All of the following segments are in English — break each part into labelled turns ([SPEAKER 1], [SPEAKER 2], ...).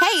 [SPEAKER 1] Hey,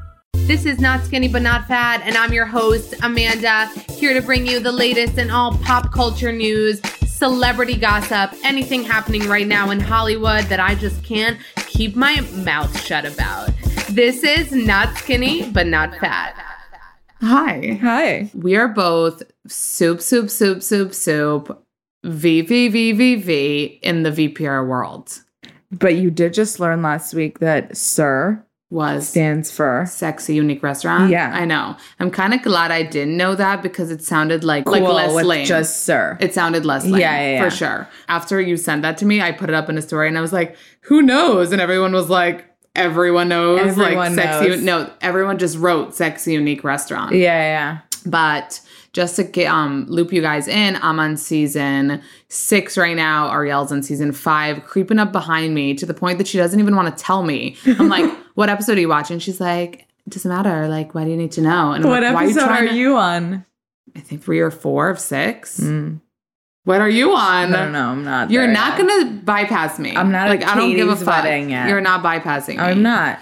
[SPEAKER 2] This is Not Skinny But Not Fat, and I'm your host, Amanda, here to bring you the latest in all pop culture news, celebrity gossip, anything happening right now in Hollywood that I just can't keep my mouth shut about. This is Not Skinny But Not Fat. Hi.
[SPEAKER 3] Hi.
[SPEAKER 2] We are both soup, soup, soup, soup, soup, VVVVV in the VPR world.
[SPEAKER 3] But you did just learn last week that Sir
[SPEAKER 2] Was
[SPEAKER 3] stands for
[SPEAKER 2] sexy unique restaurant.
[SPEAKER 3] Yeah.
[SPEAKER 2] I know. I'm kind of glad I didn't know that because it sounded like like
[SPEAKER 3] Cool
[SPEAKER 2] less
[SPEAKER 3] with
[SPEAKER 2] lame.
[SPEAKER 3] just Sir.
[SPEAKER 2] it sounded less lame
[SPEAKER 3] Yeah, yeah, yeah.
[SPEAKER 2] for sure. After you sent that to me, I put it up in a story and I was like, "Who knows?" And everyone was like, "Everyone knows." like
[SPEAKER 3] Everyone
[SPEAKER 2] sexy.
[SPEAKER 3] knows.
[SPEAKER 2] No, everyone just wrote "sexy unique restaurant."
[SPEAKER 3] yeah, yeah.
[SPEAKER 2] But just to get, um, loop you guys in, I'm on season six right now. Ariel's on season five, creeping up behind me to the point that she doesn't even want to tell me. I'm like, what episode are you watching? She's like, it doesn't matter. Like, why do you need to know? And I'm
[SPEAKER 3] What
[SPEAKER 2] like, why
[SPEAKER 3] episode are
[SPEAKER 2] trying to-
[SPEAKER 3] you on?
[SPEAKER 2] I think three or four of six.
[SPEAKER 3] Mm,
[SPEAKER 2] What are you
[SPEAKER 3] I
[SPEAKER 2] on?
[SPEAKER 3] don't know. I'm not.
[SPEAKER 2] You're
[SPEAKER 3] there
[SPEAKER 2] not
[SPEAKER 3] yet.
[SPEAKER 2] gonna bypass me.
[SPEAKER 3] I'm not
[SPEAKER 2] like
[SPEAKER 3] at
[SPEAKER 2] I don't give a
[SPEAKER 3] Katie's
[SPEAKER 2] fuck.
[SPEAKER 3] wedding yet.
[SPEAKER 2] You're not bypassing.
[SPEAKER 3] I'm
[SPEAKER 2] me
[SPEAKER 3] not.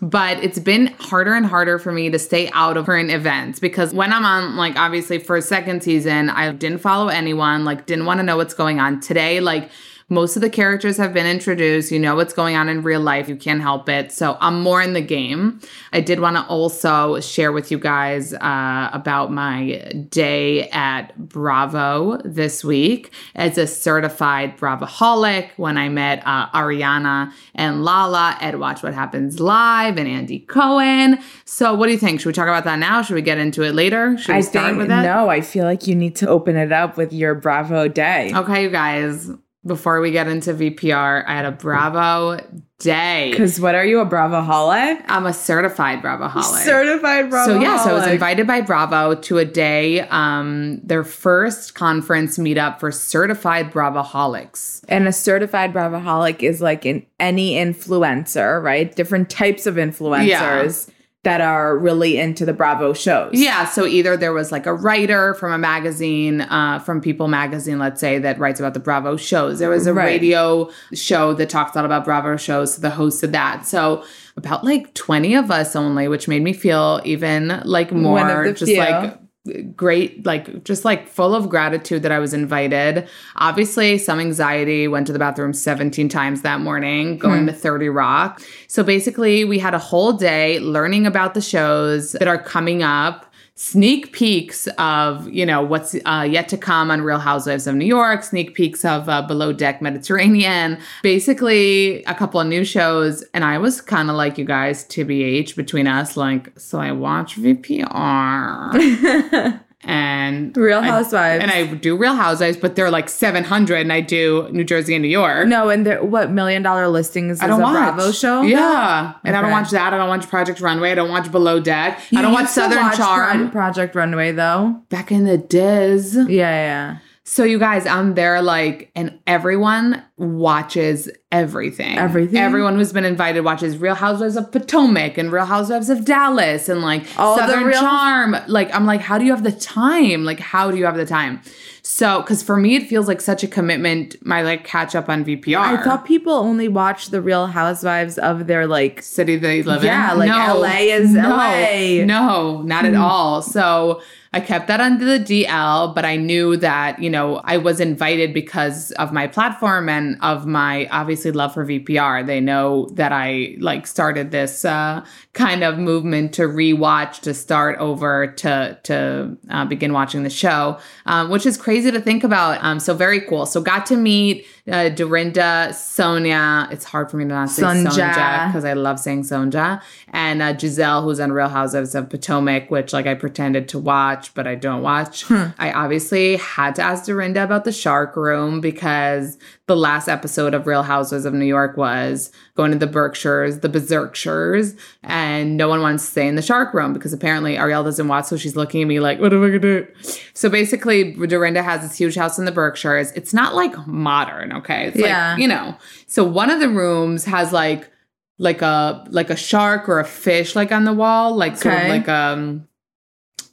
[SPEAKER 2] but it's been harder and harder for me to stay out of current events because when I'm on, like, obviously for a second season, I didn't follow anyone, like, didn't want to know what's going on today. Like, most of the characters have been introduced. You know what's going on in real life. You can't help it. So I'm more in the game. I did want to also share with you guys uh, about my day at Bravo this week as a certified Bravaholic when I met uh, Ariana and Lala at Watch What Happens Live and Andy Cohen. So, what do you think? Should we talk about that now? Should we get into it later? Should we
[SPEAKER 3] I
[SPEAKER 2] start
[SPEAKER 3] think
[SPEAKER 2] with that?
[SPEAKER 3] no. I feel like you need to open it up with your Bravo day.
[SPEAKER 2] Okay, you guys. Before we get into VPR, I had a Bravo day.
[SPEAKER 3] Because what are you a Bravoholic?
[SPEAKER 2] I'm a certified Bravaholic.
[SPEAKER 3] Certified Bravo.
[SPEAKER 2] So yeah, so I was invited by Bravo to a day, um, their first conference meetup for certified Bravaholics.
[SPEAKER 3] And a certified Bravoholic is like in any influencer, right? Different types of influencers that are really into the Bravo shows.
[SPEAKER 2] Yeah, so either there was like a writer from a magazine, uh, from People Magazine, let's say, that writes about the Bravo shows. There was a
[SPEAKER 3] Right.
[SPEAKER 2] radio show that talks a lot about Bravo shows, so the host of that. So about like 20 of us only, which made me feel even like more
[SPEAKER 3] One of the
[SPEAKER 2] just
[SPEAKER 3] few.
[SPEAKER 2] like great like just like full of gratitude that i was invited obviously some anxiety went to the bathroom 17 times that morning going to 30 rock so basically we had a whole day learning about the shows that are coming up sneak peeks of you know what's uh, yet to come on real housewives of new york sneak peeks of uh, below deck mediterranean basically a couple of new shows and i was kind of like you guys tbh between us like so i watch vpr and
[SPEAKER 3] Real
[SPEAKER 2] I-
[SPEAKER 3] Housewives.
[SPEAKER 2] and i do real housewives but they're like 700 and i do new jersey and new york
[SPEAKER 3] No, and there, what million dollar listings is
[SPEAKER 2] I don't
[SPEAKER 3] a
[SPEAKER 2] watch
[SPEAKER 3] Bravo show?
[SPEAKER 2] Yeah, and I don't
[SPEAKER 3] Okay.
[SPEAKER 2] watch that. I don't watch Project Runway. I don't watch Below Deck.
[SPEAKER 3] You
[SPEAKER 2] I don't watch
[SPEAKER 3] used to
[SPEAKER 2] Southern
[SPEAKER 3] watch
[SPEAKER 2] Charm.
[SPEAKER 3] Pro- Project Runway though.
[SPEAKER 2] Back in the days,
[SPEAKER 3] Yeah, yeah.
[SPEAKER 2] So you guys, I'm there like, and everyone watches everything.
[SPEAKER 3] Everything?
[SPEAKER 2] Everyone who's been invited watches Real Housewives of Potomac and Real Housewives of Dallas and like
[SPEAKER 3] All the
[SPEAKER 2] Southern
[SPEAKER 3] Real-
[SPEAKER 2] Charm. Like, I'm like, how do you have the time? Like, how do you have the time? So, because for me, it feels like such a commitment. My like catch up on VPR.
[SPEAKER 3] I thought people only watch the Real Housewives of their like.
[SPEAKER 2] city they live
[SPEAKER 3] Yeah,
[SPEAKER 2] in.
[SPEAKER 3] like LA is Mm-hmm.
[SPEAKER 2] no,
[SPEAKER 3] LA.
[SPEAKER 2] No, not at all. So I kept that under the DL, but I knew that, you know, I was invited because of my platform and of my obviously obviously love for VPR. They know that I like started this uh, kind of movement to rewatch, to start over, to to uh, begin watching the show, um, which is crazy to think about. Um, so very cool. So got to meet uh, Dorinda, Sonia. It's hard for me to not say
[SPEAKER 3] Sonja.
[SPEAKER 2] Sonja because I love saying Sonja. And uh, Giselle, who's on Real Housewives of Potomac, which like I pretended to watch, but I don't watch. I obviously had to ask Dorinda about the Shark Room because the last episode of Real Housewives of New York was going to the Berkshires, the Berserkshires, and no one wants to stay in the Shark Room because apparently Ariel doesn't watch, so she's looking at me like, what am I gonna do? So basically, Dorinda has this huge house in the Berkshires. It's not like modern, okay? It's
[SPEAKER 3] Yeah.
[SPEAKER 2] like, you know. So one of the rooms has like like a like a shark or a fish like on the wall, like sort of
[SPEAKER 3] Okay.
[SPEAKER 2] like um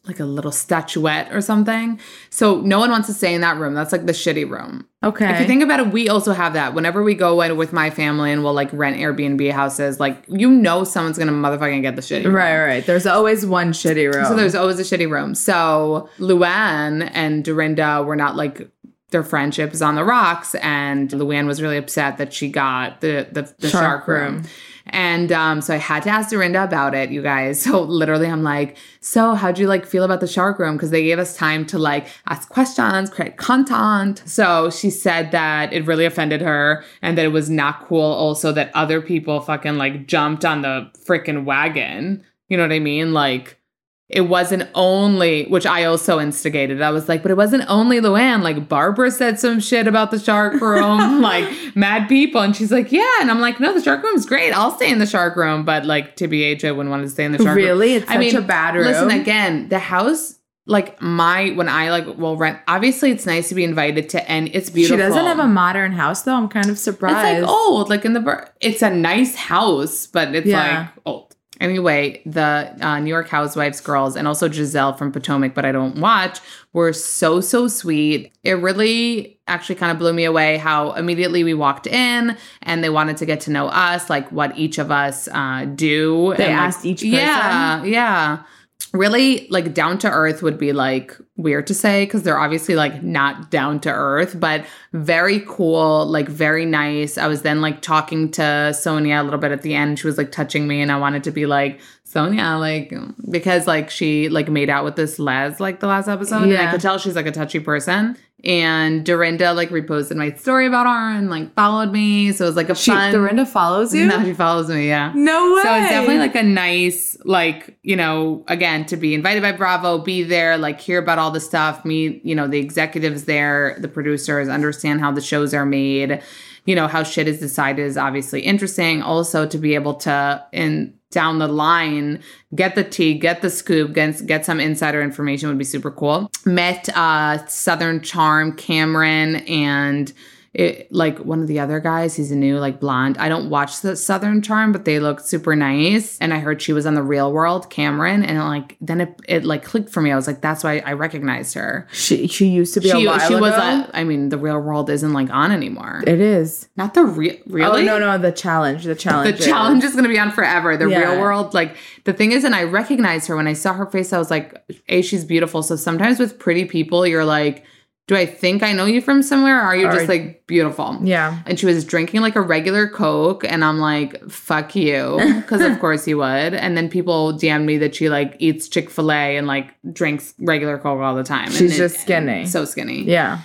[SPEAKER 2] like a little statuette or something. So no one wants to stay in that room. That's like the shitty room.
[SPEAKER 3] Okay.
[SPEAKER 2] If you think about it, we also have that. Whenever we go in with my family and we'll like rent Airbnb houses, like you know someone's gonna motherfucking get the shitty room.
[SPEAKER 3] right, right. There's always one shitty room.
[SPEAKER 2] So there's always a shitty room. So Luann and Dorinda were not like their friendship is on the rocks, and Luann was really upset that she got the the, the shark,
[SPEAKER 3] Shark
[SPEAKER 2] room.
[SPEAKER 3] room.
[SPEAKER 2] And um, so I had to ask Dorinda about it, you guys. So literally, I'm like, "So, how'd you like feel about the shark room?" Because they gave us time to like ask questions, create content. So she said that it really offended her, and that it was not cool. Also, that other people fucking like jumped on the freaking wagon. You know what I mean? Like, it wasn't only which I also instigated. I was like, but it wasn't only Luann. Like Barbara said some shit about the shark room, like mad people, and she's like, yeah, and I'm like, no, the shark room's great. I'll stay in the shark room, but like TBH, I wouldn't want to stay in the shark room.
[SPEAKER 3] Really? It's such a bad room.
[SPEAKER 2] Listen again, the house. Like my when I like will rent. Obviously, it's nice to be invited to, and it's beautiful.
[SPEAKER 3] She doesn't have a modern house though. I'm kind of surprised.
[SPEAKER 2] It's like old, like in the bur- it's a nice house, but it's
[SPEAKER 3] Yeah.
[SPEAKER 2] like old. Anyway, the uh, New York Housewives girls and also Giselle from Potomac, but I don't watch, were so so sweet. It really actually kind of blew me away how immediately we walked in and they wanted to get to know us, like what each of us uh, do.
[SPEAKER 3] They
[SPEAKER 2] and, like,
[SPEAKER 3] asked each
[SPEAKER 2] Yeah, yeah. Really, like down to earth would be like weird to say because they're obviously like not down to earth, but very cool, like very nice. I was then like talking to Sonia a little bit at the end. She was like touching me, and I wanted to be like Sonia, like because like she like made out with this Les like the last episode, and I
[SPEAKER 3] Yeah.
[SPEAKER 2] could tell she's like a touchy person. And Dorinda like reposted my story about her and like followed me, so it was like a
[SPEAKER 3] she,
[SPEAKER 2] fun.
[SPEAKER 3] Dorinda follows you.
[SPEAKER 2] now she follows me, yeah.
[SPEAKER 3] No way.
[SPEAKER 2] So it's definitely like a nice, like, you know, again, to be invited by Bravo, be there, like, hear about all the stuff, meet, you know, the executives there, the producers, understand how the shows are made, you know, how shit is decided is obviously interesting. Also, to be able to, in down the line, get the tea, get the scoop, get, get some insider information would be super cool. Met uh, Southern Charm, Cameron, and it like one of the other guys he's a new like blonde i don't watch the southern charm but they look super nice and i heard she was on the real world cameron and like then it, it like clicked for me i was like that's why i recognized her
[SPEAKER 3] she she used to be
[SPEAKER 2] she,
[SPEAKER 3] a while
[SPEAKER 2] she was
[SPEAKER 3] ago.
[SPEAKER 2] uh, i mean the real world isn't like on anymore
[SPEAKER 3] it is.
[SPEAKER 2] not the real really
[SPEAKER 3] Oh no no the challenge the
[SPEAKER 2] the
[SPEAKER 3] challenge
[SPEAKER 2] challenge is going to be on forever. The
[SPEAKER 3] Yeah.
[SPEAKER 2] real world, like the thing is, and I recognized her when I saw her face. I was like, "A, she's beautiful." So sometimes with pretty people, you're like, "Do I think I know you from somewhere? Or are you
[SPEAKER 3] Or-
[SPEAKER 2] just like beautiful?"
[SPEAKER 3] Yeah.
[SPEAKER 2] And she was drinking like a regular Coke, and I'm like, "Fuck you," because of course you would. And then people DM me that she like eats Chick Fil A and like drinks regular Coke all the time.
[SPEAKER 3] She's
[SPEAKER 2] And it-
[SPEAKER 3] just skinny.
[SPEAKER 2] so skinny.
[SPEAKER 3] yeah.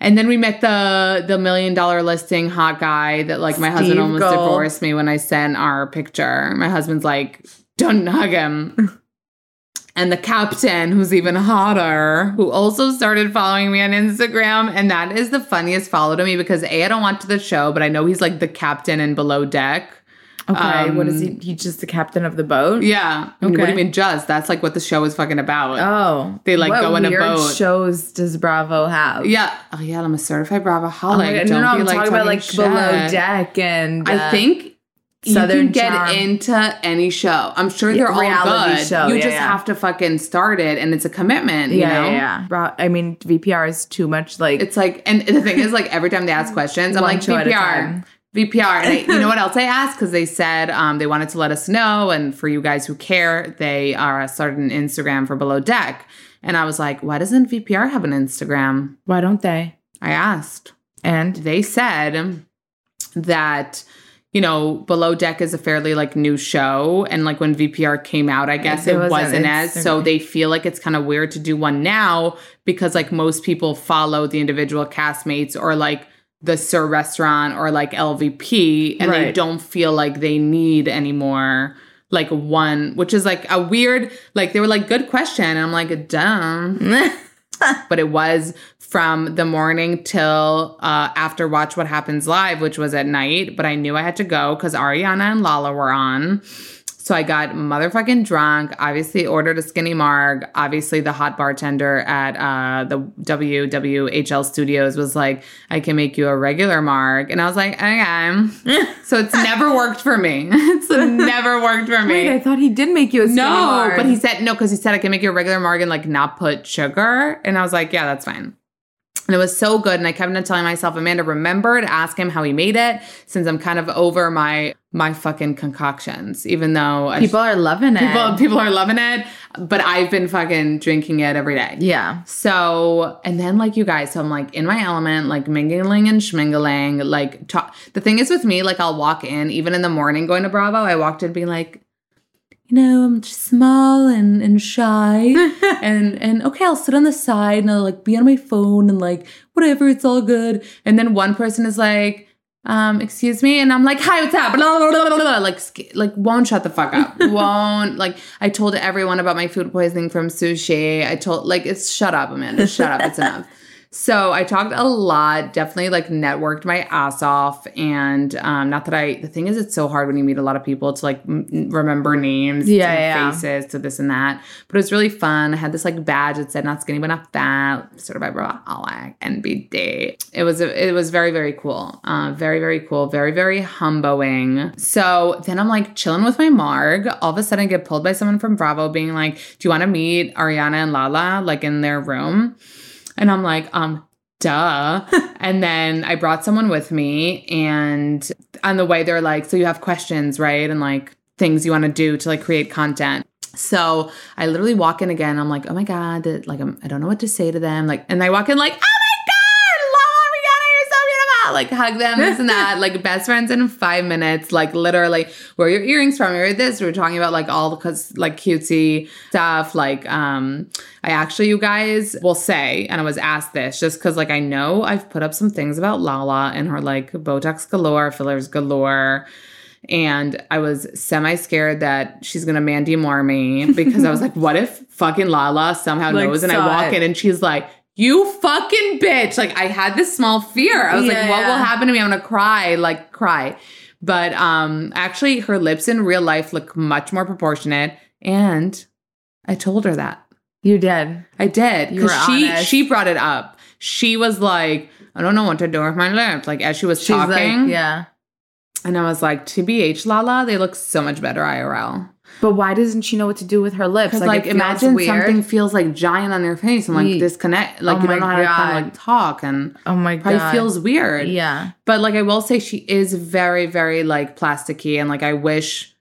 [SPEAKER 2] And then we met the the million dollar listing hot guy that like my husband
[SPEAKER 3] Steve
[SPEAKER 2] almost
[SPEAKER 3] Gold.
[SPEAKER 2] divorced me when I sent our picture. My husband's like, don't hug him. and the captain, who's even hotter, who also started following me on Instagram, and that is the funniest follow to me because a I don't watch the show, but I know he's like the captain in Below Deck.
[SPEAKER 3] Okay. what is he?
[SPEAKER 2] Um,
[SPEAKER 3] He's just the captain of the boat.
[SPEAKER 2] Yeah. What do
[SPEAKER 3] Okay.
[SPEAKER 2] you mean just? That's like what the show is fucking about.
[SPEAKER 3] Oh.
[SPEAKER 2] They, like,
[SPEAKER 3] what
[SPEAKER 2] go in a
[SPEAKER 3] weird
[SPEAKER 2] boat.
[SPEAKER 3] Shows does Bravo have?
[SPEAKER 2] yeah. Oh yeah, I'm a certified Bravo
[SPEAKER 3] Oh my
[SPEAKER 2] holic.
[SPEAKER 3] God, no,
[SPEAKER 2] Don't
[SPEAKER 3] no,
[SPEAKER 2] be
[SPEAKER 3] I'm
[SPEAKER 2] like
[SPEAKER 3] talking about like
[SPEAKER 2] shit.
[SPEAKER 3] below deck and
[SPEAKER 2] I
[SPEAKER 3] uh,
[SPEAKER 2] think you can
[SPEAKER 3] Southern
[SPEAKER 2] get
[SPEAKER 3] Charm.
[SPEAKER 2] into any show. I'm sure they're all
[SPEAKER 3] reality
[SPEAKER 2] good.
[SPEAKER 3] show,
[SPEAKER 2] you
[SPEAKER 3] yeah,
[SPEAKER 2] just
[SPEAKER 3] yeah.
[SPEAKER 2] have to fucking start it, and it's a commitment.
[SPEAKER 3] Yeah,
[SPEAKER 2] you know?
[SPEAKER 3] yeah, yeah. Bra- I mean, VPR is too much. Like,
[SPEAKER 2] It's like, and the thing is, like every time they ask questions, I'm
[SPEAKER 3] One
[SPEAKER 2] like
[SPEAKER 3] show at a
[SPEAKER 2] VPR,
[SPEAKER 3] time.
[SPEAKER 2] VPR. And I, you know what else I asked? Because they said um, they wanted to let us know, and for you guys who care, they are started an Instagram for Below Deck. And I was like, why doesn't VPR have an Instagram?
[SPEAKER 3] why don't they?
[SPEAKER 2] I asked.
[SPEAKER 3] And
[SPEAKER 2] They said that you know, Below Deck is a fairly like new show. And like when VPR came out, I guess
[SPEAKER 3] It
[SPEAKER 2] it,
[SPEAKER 3] wasn't-
[SPEAKER 2] wasn't,
[SPEAKER 3] it's-
[SPEAKER 2] as. So they feel like it's kind of weird to do one now because like most people follow the individual castmates or like the Sir Restaurant or like LVP and they
[SPEAKER 3] Right.
[SPEAKER 2] don't feel like they need anymore like one, which is like a weird, like they were like, good question. And I'm like, dumb but it was from the morning till uh, after Watch What Happens Live, which was at night. But I knew I had to go because Ariana and Lala were on. So I got motherfucking drunk. Obviously, ordered a skinny marg. Obviously, the hot bartender at uh, the WWHL studios was like, "I can make you a regular marg," and I was like, "Okay." so it's never worked for me. it's never worked for me.
[SPEAKER 3] Wait, I thought he did make you a skinny
[SPEAKER 2] No,
[SPEAKER 3] marg.
[SPEAKER 2] but he said no because he said I can make you a regular marg and like not put sugar, and I was like, yeah, that's fine. And it was so good, and I kept on telling myself, Amanda, remember to ask him how he made it, since I'm kind of over my my fucking concoctions, even though I-
[SPEAKER 3] people are loving it.
[SPEAKER 2] people people are loving it, but I've been fucking drinking it every day.
[SPEAKER 3] yeah.
[SPEAKER 2] So, and then like you guys, so I'm like in my element, like mingling and schmingling. Like, ta the thing is with me, like I'll walk in, even in the morning going to Bravo, I walked in being like, you know, I'm just small and, and shy. and and okay, I'll sit on the side and I'll like be on my phone and like whatever, it's all good. And then one person is like, um, excuse me, and I'm like, hi, what's up? Blah, blah, blah, blah, blah. Like, sk- like, won't shut the fuck up. won't like. I told everyone about my food poisoning from sushi. I told like, it's shut up, Amanda. Shut up. It's enough. So I talked a lot. Definitely like networked my ass off, and um, not that I. The thing is, it's so hard when you meet a lot of people to like m- remember names,
[SPEAKER 3] Yeah,
[SPEAKER 2] to
[SPEAKER 3] yeah.
[SPEAKER 2] faces, to this and that. But it was really fun. I had this like badge that said "Not skinny but not fat," certified workaholic, NBD. It was it was very very cool, uh, very very cool, very very humbling. So then I'm like chilling with my marg. All of a sudden, I get pulled by someone from Bravo, being like, "Do you want to meet Ariana and Lala like in their room?" And I'm like, um, duh. and then I brought someone with me, and on the way, they're like, so you have questions, right? And like things you want to do to like create content. So I literally walk in again. I'm like, oh my god, that- like I'm, I don't know what to say to them. Like, and I walk in like, oh my god, Lala, Rihanna, you're so beautiful. Like hug them, this and that. like best friends in five minutes. Like literally, where are your earrings from? You're this. We We're talking about like all the cause like cutesy stuff. Like, um, I actually, you guys will say, and I was asked this just because like I know I've put up some things about Lala and her like Botox galore, fillers galore. And I was semi scared that she's gonna Mandy Moore me because I was like, what if fucking Lala somehow
[SPEAKER 3] Like,
[SPEAKER 2] knows? And I
[SPEAKER 3] saw
[SPEAKER 2] walk
[SPEAKER 3] it.
[SPEAKER 2] in and she's like, you fucking bitch. Like I had this small fear. I was
[SPEAKER 3] Yeah,
[SPEAKER 2] like, what
[SPEAKER 3] yeah.
[SPEAKER 2] will happen to me? I'm gonna cry, like cry. But um actually her lips in real life look much more proportionate. And I told her that.
[SPEAKER 3] You did.
[SPEAKER 2] I did.
[SPEAKER 3] You were
[SPEAKER 2] Because she
[SPEAKER 3] honest.
[SPEAKER 2] she brought it up. She was like, I don't know what to do with my lips. Like as she was
[SPEAKER 3] She's
[SPEAKER 2] talking.
[SPEAKER 3] like, yeah.
[SPEAKER 2] And I was like, TBH Lala, they look so much better IRL.
[SPEAKER 3] But why doesn't she know what to do with her lips?
[SPEAKER 2] Because
[SPEAKER 3] Like,
[SPEAKER 2] like,
[SPEAKER 3] it feels
[SPEAKER 2] imagine
[SPEAKER 3] weird.
[SPEAKER 2] something feels like giant on your face and
[SPEAKER 3] Ye-
[SPEAKER 2] like disconnect like
[SPEAKER 3] Oh
[SPEAKER 2] you don't know
[SPEAKER 3] my
[SPEAKER 2] how to kind
[SPEAKER 3] God.
[SPEAKER 2] of like talk and
[SPEAKER 3] Oh my
[SPEAKER 2] probably
[SPEAKER 3] god.
[SPEAKER 2] feels weird.
[SPEAKER 3] Yeah.
[SPEAKER 2] But like I will say she is very, very like plasticky and like I wish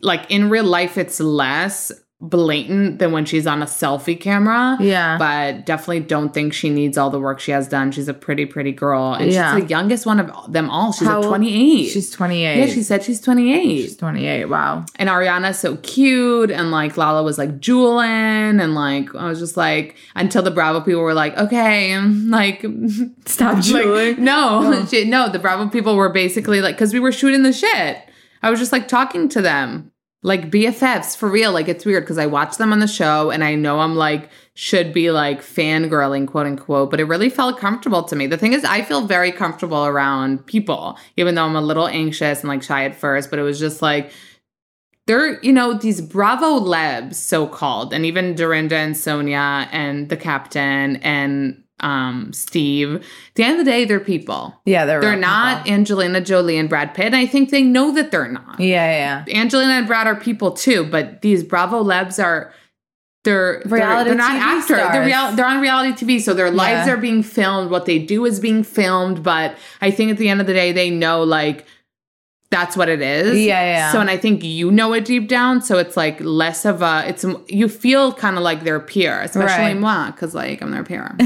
[SPEAKER 2] like in real life it's less blatant than when she's on a selfie camera.
[SPEAKER 3] Yeah.
[SPEAKER 2] But definitely don't think she needs all the work she has done. She's a pretty, pretty girl. And
[SPEAKER 3] Yeah.
[SPEAKER 2] she's the youngest one of them all. She's
[SPEAKER 3] How
[SPEAKER 2] like
[SPEAKER 3] old-
[SPEAKER 2] 28.
[SPEAKER 3] She's 28.
[SPEAKER 2] yeah, she said she's 28.
[SPEAKER 3] She's 28. Wow.
[SPEAKER 2] and Ariana's so cute, and like Lala was like jeweling, and like I was just like until the Bravo people were like, okay, um, like,
[SPEAKER 3] Stop
[SPEAKER 2] like no, shit, no, the Bravo people were basically like because we were shooting the shit. I was just like talking to them, like BFFs for real. Like it's weird because I watch them on the show, and I know I'm like should be like fangirling quote unquote, but it really felt comfortable to me. The thing is, I feel very comfortable around people, even though I'm a little anxious and like shy at first. But it was just like they're you know these bravo lebs so called and even dorinda and sonia and the captain and um steve at the end of the day they're people
[SPEAKER 3] yeah, they're
[SPEAKER 2] they're
[SPEAKER 3] real
[SPEAKER 2] not
[SPEAKER 3] people.
[SPEAKER 2] angelina jolie and brad pitt and i think they know that they're not
[SPEAKER 3] Yeah, yeah.
[SPEAKER 2] angelina and brad are people too but these bravo lebs are they're they're-
[SPEAKER 3] Reality
[SPEAKER 2] they're, not
[SPEAKER 3] TV
[SPEAKER 2] actors
[SPEAKER 3] stars.
[SPEAKER 2] they're, real, they're on reality tv so their lives
[SPEAKER 3] Yeah.
[SPEAKER 2] are being filmed what they do is being filmed but i think at the end of the day they know like that's what it is
[SPEAKER 3] Yeah, yeah.
[SPEAKER 2] so and I think you know it deep down, so it's like less of a. It's you feel kind of like their peer, especially
[SPEAKER 3] Right.
[SPEAKER 2] moi, because like I'm their peer.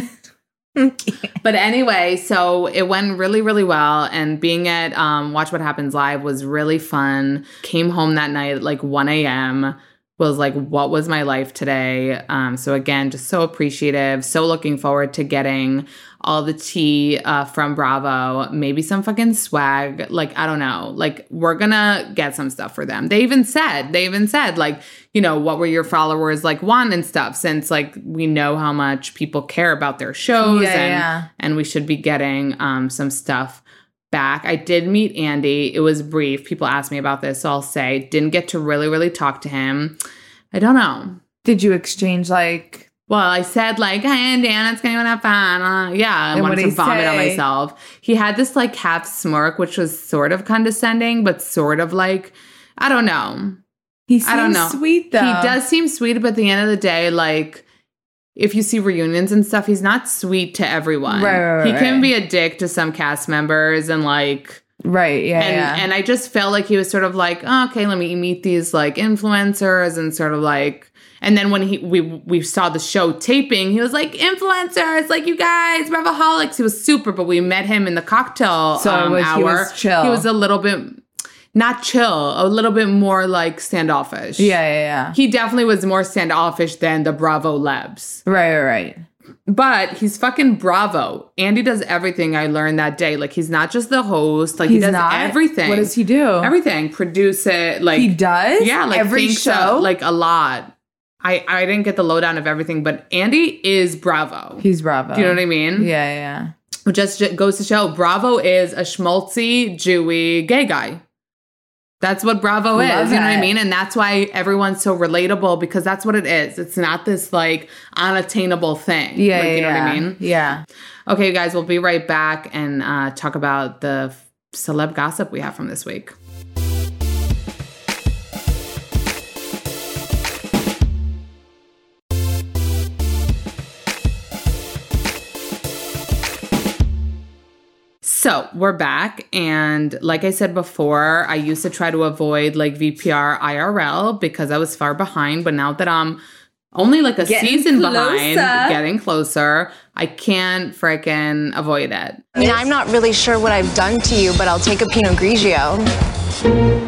[SPEAKER 2] but anyway, so it went really, really well. And being at um, Watch What Happens Live was really fun. Came home that night at like 1 a.m. Was like, what was my life today? Um, so again, just so appreciative. So looking forward to getting all the tea uh, from Bravo, maybe some fucking swag. Like, I don't know. Like, we're gonna get some stuff for them. They even said, they even said, like, you know, what were your followers like want and stuff, since like we know how much people care about their shows
[SPEAKER 3] Yeah,
[SPEAKER 2] and
[SPEAKER 3] yeah.
[SPEAKER 2] and we should be getting um some stuff back. I did meet Andy. It was brief. People asked me about this, so I'll say didn't get to really, really talk to him. I don't know.
[SPEAKER 3] Did you exchange like
[SPEAKER 2] Well, I said like, "Hey, Andy, and it's gonna have fun." Uh, yeah, I
[SPEAKER 3] And
[SPEAKER 2] wanted
[SPEAKER 3] what'd
[SPEAKER 2] to
[SPEAKER 3] he
[SPEAKER 2] vomit on
[SPEAKER 3] say?
[SPEAKER 2] myself. He had this like half smirk, which was sort of condescending, but sort of like, I don't know.
[SPEAKER 3] he
[SPEAKER 2] I don't
[SPEAKER 3] seems
[SPEAKER 2] know.
[SPEAKER 3] sweet though?
[SPEAKER 2] He does seem sweet, but at the end of the day, like if you see reunions and stuff, he's not sweet to everyone.
[SPEAKER 3] Right, right, right,
[SPEAKER 2] he can
[SPEAKER 3] right.
[SPEAKER 2] be a dick to some cast members and like
[SPEAKER 3] right. Yeah,
[SPEAKER 2] and
[SPEAKER 3] yeah.
[SPEAKER 2] and I just felt like he was sort of like, oh, okay, let me meet these like influencers and sort of like and then when he we we saw the show taping, he was like, influencers, like you guys, Revaholics. He was super, but we met him in the cocktail
[SPEAKER 3] So it
[SPEAKER 2] um,
[SPEAKER 3] was- he
[SPEAKER 2] hour.
[SPEAKER 3] was chill.
[SPEAKER 2] He was a little bit not chill, a little bit more like standoffish.
[SPEAKER 3] yeah, yeah, yeah.
[SPEAKER 2] He definitely was more standoffish than the Bravo Lebs.
[SPEAKER 3] Right, right, right.
[SPEAKER 2] But he's fucking Bravo. Andy does everything I learned that day. Like he's not just the host, like he does everything.
[SPEAKER 3] What does he do?
[SPEAKER 2] Everything. Produce it. Like
[SPEAKER 3] he does.
[SPEAKER 2] Yeah, like
[SPEAKER 3] every
[SPEAKER 2] thinks
[SPEAKER 3] show.
[SPEAKER 2] of- like a lot. I I didn't get the lowdown of everything, but Andy is Bravo.
[SPEAKER 3] he's Bravo.
[SPEAKER 2] Do you know what I mean?
[SPEAKER 3] Yeah, yeah.
[SPEAKER 2] Which just, just goes to show Bravo is a schmaltzy, Jewy, gay guy. That's what Bravo is.
[SPEAKER 3] Love
[SPEAKER 2] You know what I
[SPEAKER 3] it.
[SPEAKER 2] mean? And that's why everyone's so relatable because that's what it is. It's not this like unattainable thing.
[SPEAKER 3] Yeah,
[SPEAKER 2] Like,
[SPEAKER 3] yeah,
[SPEAKER 2] you know
[SPEAKER 3] yeah.
[SPEAKER 2] what I mean?
[SPEAKER 3] Yeah.
[SPEAKER 2] Okay, you guys, we'll be right back and uh, talk about the f- celeb gossip we have from this week. So we're back, and like I said before, I used to try to avoid like VPR IRL because I was far behind. But now that I'm only like a
[SPEAKER 3] Getting
[SPEAKER 2] season behind,
[SPEAKER 3] closer.
[SPEAKER 2] getting closer, I can't freaking avoid it.
[SPEAKER 4] I mean, I'm not really sure what I've done to you, but I'll take a Pinot Grigio.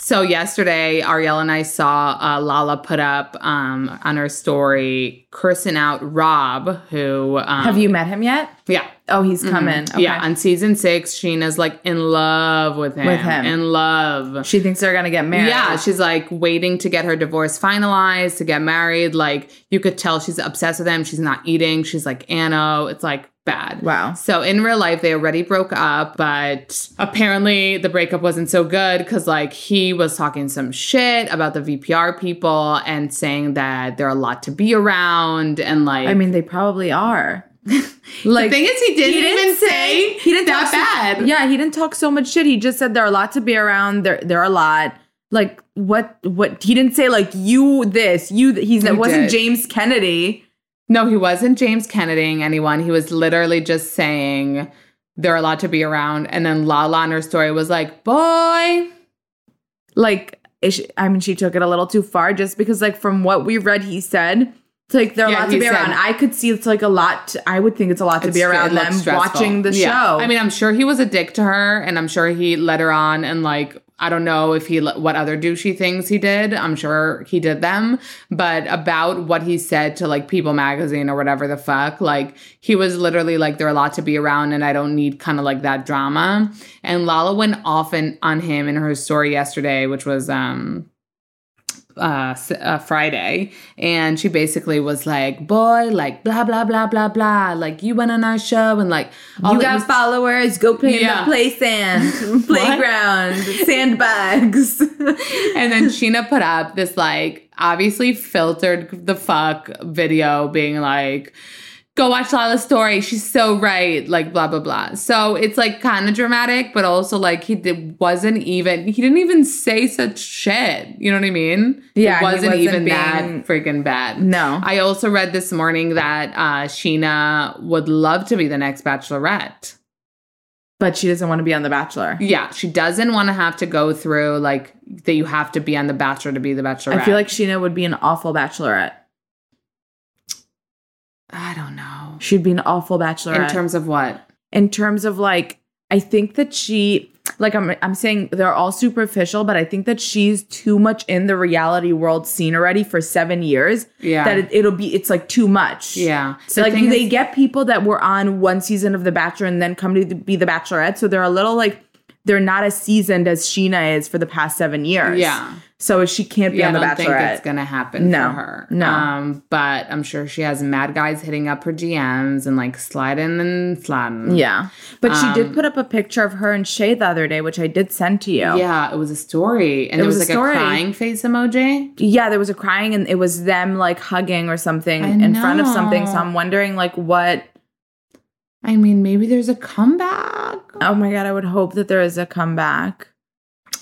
[SPEAKER 2] So yesterday, Arielle and I saw uh, Lala put up um, on her story cursing out Rob, who um,
[SPEAKER 3] Have you met him yet?
[SPEAKER 2] Yeah,
[SPEAKER 3] Oh, he's coming. Okay.
[SPEAKER 2] yeah. On season six, Sheena's like in love with him.
[SPEAKER 3] With him.
[SPEAKER 2] in love.
[SPEAKER 3] She thinks they're gonna get married.
[SPEAKER 2] Yeah, she's like waiting to get her divorce finalized to get married. Like you could tell she's obsessed with him. She's not eating. She's like ano. It's like bad.
[SPEAKER 3] Wow.
[SPEAKER 2] So in real life, they already broke up, but apparently the breakup wasn't so good because like he was talking some shit about the VPR people and saying that they're a lot to be around and like
[SPEAKER 3] I mean, they probably are.
[SPEAKER 2] the thing is he didn't, even say,
[SPEAKER 3] he didn't
[SPEAKER 2] that
[SPEAKER 3] talk
[SPEAKER 2] bad.
[SPEAKER 3] So, yeah, he didn't talk so much shit. He just said there are a lot to be around. There, there are a lot. Like what? What he didn't say like you this you. th- He's
[SPEAKER 2] He
[SPEAKER 3] it wasn't
[SPEAKER 2] did.
[SPEAKER 3] James Kennedy.
[SPEAKER 2] No, he wasn't James Kennedying anyone. He was literally just saying they're allowed to be around. And then Lala on her story was like, boy.
[SPEAKER 3] Like ish, I mean, she took it a little too far just because like from what we read, he said. It's like there are
[SPEAKER 2] Yeah,
[SPEAKER 3] a lot to
[SPEAKER 2] he
[SPEAKER 3] be
[SPEAKER 2] said-
[SPEAKER 3] around. I could see it's like a lot. To, I would think it's a lot to be
[SPEAKER 2] It's- it
[SPEAKER 3] around
[SPEAKER 2] looks
[SPEAKER 3] them
[SPEAKER 2] stressful.
[SPEAKER 3] watching the
[SPEAKER 2] Yeah.
[SPEAKER 3] show.
[SPEAKER 2] I mean, I'm sure he was a dick to her, and I'm sure he led her on and like. I don't know if he what other douchey things he did. I'm sure he did them, but about what he said to like People Magazine or whatever the fuck, like he was literally like there are a lot to be around, and I don't need kind of like that drama. And Lala went off and on him in her story yesterday, which was um uh, s- uh, Friday, and she basically was like, "Boy, like blah blah blah blah blah, like you went on our show and like all
[SPEAKER 3] you
[SPEAKER 2] that
[SPEAKER 3] got
[SPEAKER 2] was-
[SPEAKER 3] followers. Go play
[SPEAKER 2] Yeah.
[SPEAKER 3] in the play sand, playground, sandbags.
[SPEAKER 2] and then Sheena put up this like obviously filtered the fuck video being like go watch Lala's story she's so right like blah blah blah so it's like kind of dramatic but also like he did, wasn't even he didn't even say such shit you know what I mean
[SPEAKER 3] Yeah,
[SPEAKER 2] it
[SPEAKER 3] he
[SPEAKER 2] wasn't,
[SPEAKER 3] wasn't
[SPEAKER 2] even
[SPEAKER 3] being-
[SPEAKER 2] that freaking bad
[SPEAKER 3] No.
[SPEAKER 2] I also read this morning that uh Sheena would love to be the next bachelorette
[SPEAKER 3] but she doesn't want to be on The Bachelor.
[SPEAKER 2] yeah she doesn't want to have to go through like that you have to be on the bachelor to be the bachelorette
[SPEAKER 3] I feel like Sheena would be an awful bachelorette.
[SPEAKER 2] I don't know.
[SPEAKER 3] She'd be an awful bachelorette.
[SPEAKER 2] In terms of what?
[SPEAKER 3] in terms of like I think that she like I'm I'm saying they're all superficial, but I think that she's too much in the reality world scene already for seven years.
[SPEAKER 2] Yeah.
[SPEAKER 3] That it, it'll be it's like too much.
[SPEAKER 2] Yeah.
[SPEAKER 3] So
[SPEAKER 2] The
[SPEAKER 3] like
[SPEAKER 2] thing
[SPEAKER 3] they
[SPEAKER 2] is-
[SPEAKER 3] get people that were on one season of The Bachelor and then come to the- be the Bachelorette, so they're a little like they're not as seasoned as Sheena is for the past seven years.
[SPEAKER 2] Yeah.
[SPEAKER 3] So she can't be
[SPEAKER 2] Yeah,
[SPEAKER 3] on the
[SPEAKER 2] I don't think it's
[SPEAKER 3] Bachelorette.
[SPEAKER 2] gonna happen
[SPEAKER 3] No,
[SPEAKER 2] for her.
[SPEAKER 3] no.
[SPEAKER 2] um, but I'm sure she has mad guys hitting up her DMs and like sliding and sliding.
[SPEAKER 3] yeah. But she
[SPEAKER 2] Um,
[SPEAKER 3] did put up a picture of her and Shay the other day, which I did send to you.
[SPEAKER 2] yeah, it was a story, and
[SPEAKER 3] It
[SPEAKER 2] there was,
[SPEAKER 3] was a
[SPEAKER 2] like
[SPEAKER 3] story.
[SPEAKER 2] a crying face emoji.
[SPEAKER 3] yeah, there was a crying and it was them like hugging or something in front of something. So
[SPEAKER 2] know.
[SPEAKER 3] I'm wondering like what
[SPEAKER 2] I mean, maybe there's a comeback.
[SPEAKER 3] oh my god, I would hope that there is a comeback.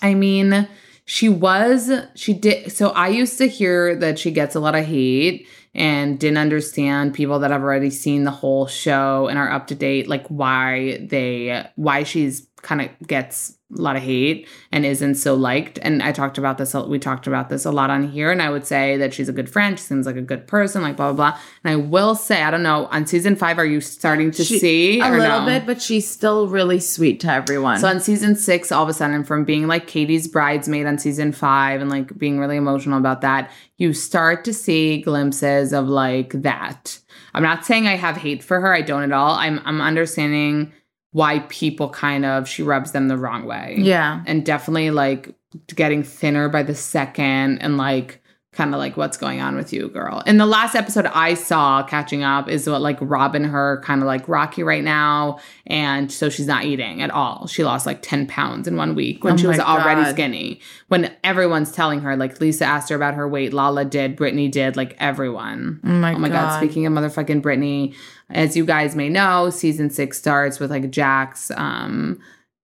[SPEAKER 2] I mean, she was, she did. So I used to hear that she gets a lot of hate and didn't understand people that have already seen the whole show and are up to date, like why they, why she's kind of gets a lot of hate and isn't so liked. And I talked about this, we talked about this a lot on here. And I would say that she's a good friend. She seems like a good person, like blah, blah, blah. And I will say, I don't know, on season five, are you starting to
[SPEAKER 3] She-
[SPEAKER 2] see
[SPEAKER 3] a
[SPEAKER 2] or
[SPEAKER 3] little
[SPEAKER 2] no?
[SPEAKER 3] bit, but she's still really sweet to everyone.
[SPEAKER 2] So on season six, all of a sudden, from being like Katie's bridesmaid on season five and like being really emotional about that, you start to see glimpses of like that. I'm not saying I have hate for her. I don't at all. I'm I'm understanding why people kind of she rubs them the wrong way.
[SPEAKER 3] yeah.
[SPEAKER 2] And definitely like getting thinner by the second and like kind of like what's going on with you girl and the last episode i saw catching up is what like robin her kind of like rocky right now and so she's not eating at all she lost like 10 pounds in one week when
[SPEAKER 3] Oh
[SPEAKER 2] she
[SPEAKER 3] my
[SPEAKER 2] was already
[SPEAKER 3] God.
[SPEAKER 2] skinny when everyone's telling her like lisa asked her about her weight lala did brittany did like everyone
[SPEAKER 3] Oh my,
[SPEAKER 2] Oh my god. Speaking of motherfucking Britney, as you guys may know, season six starts with like Jax um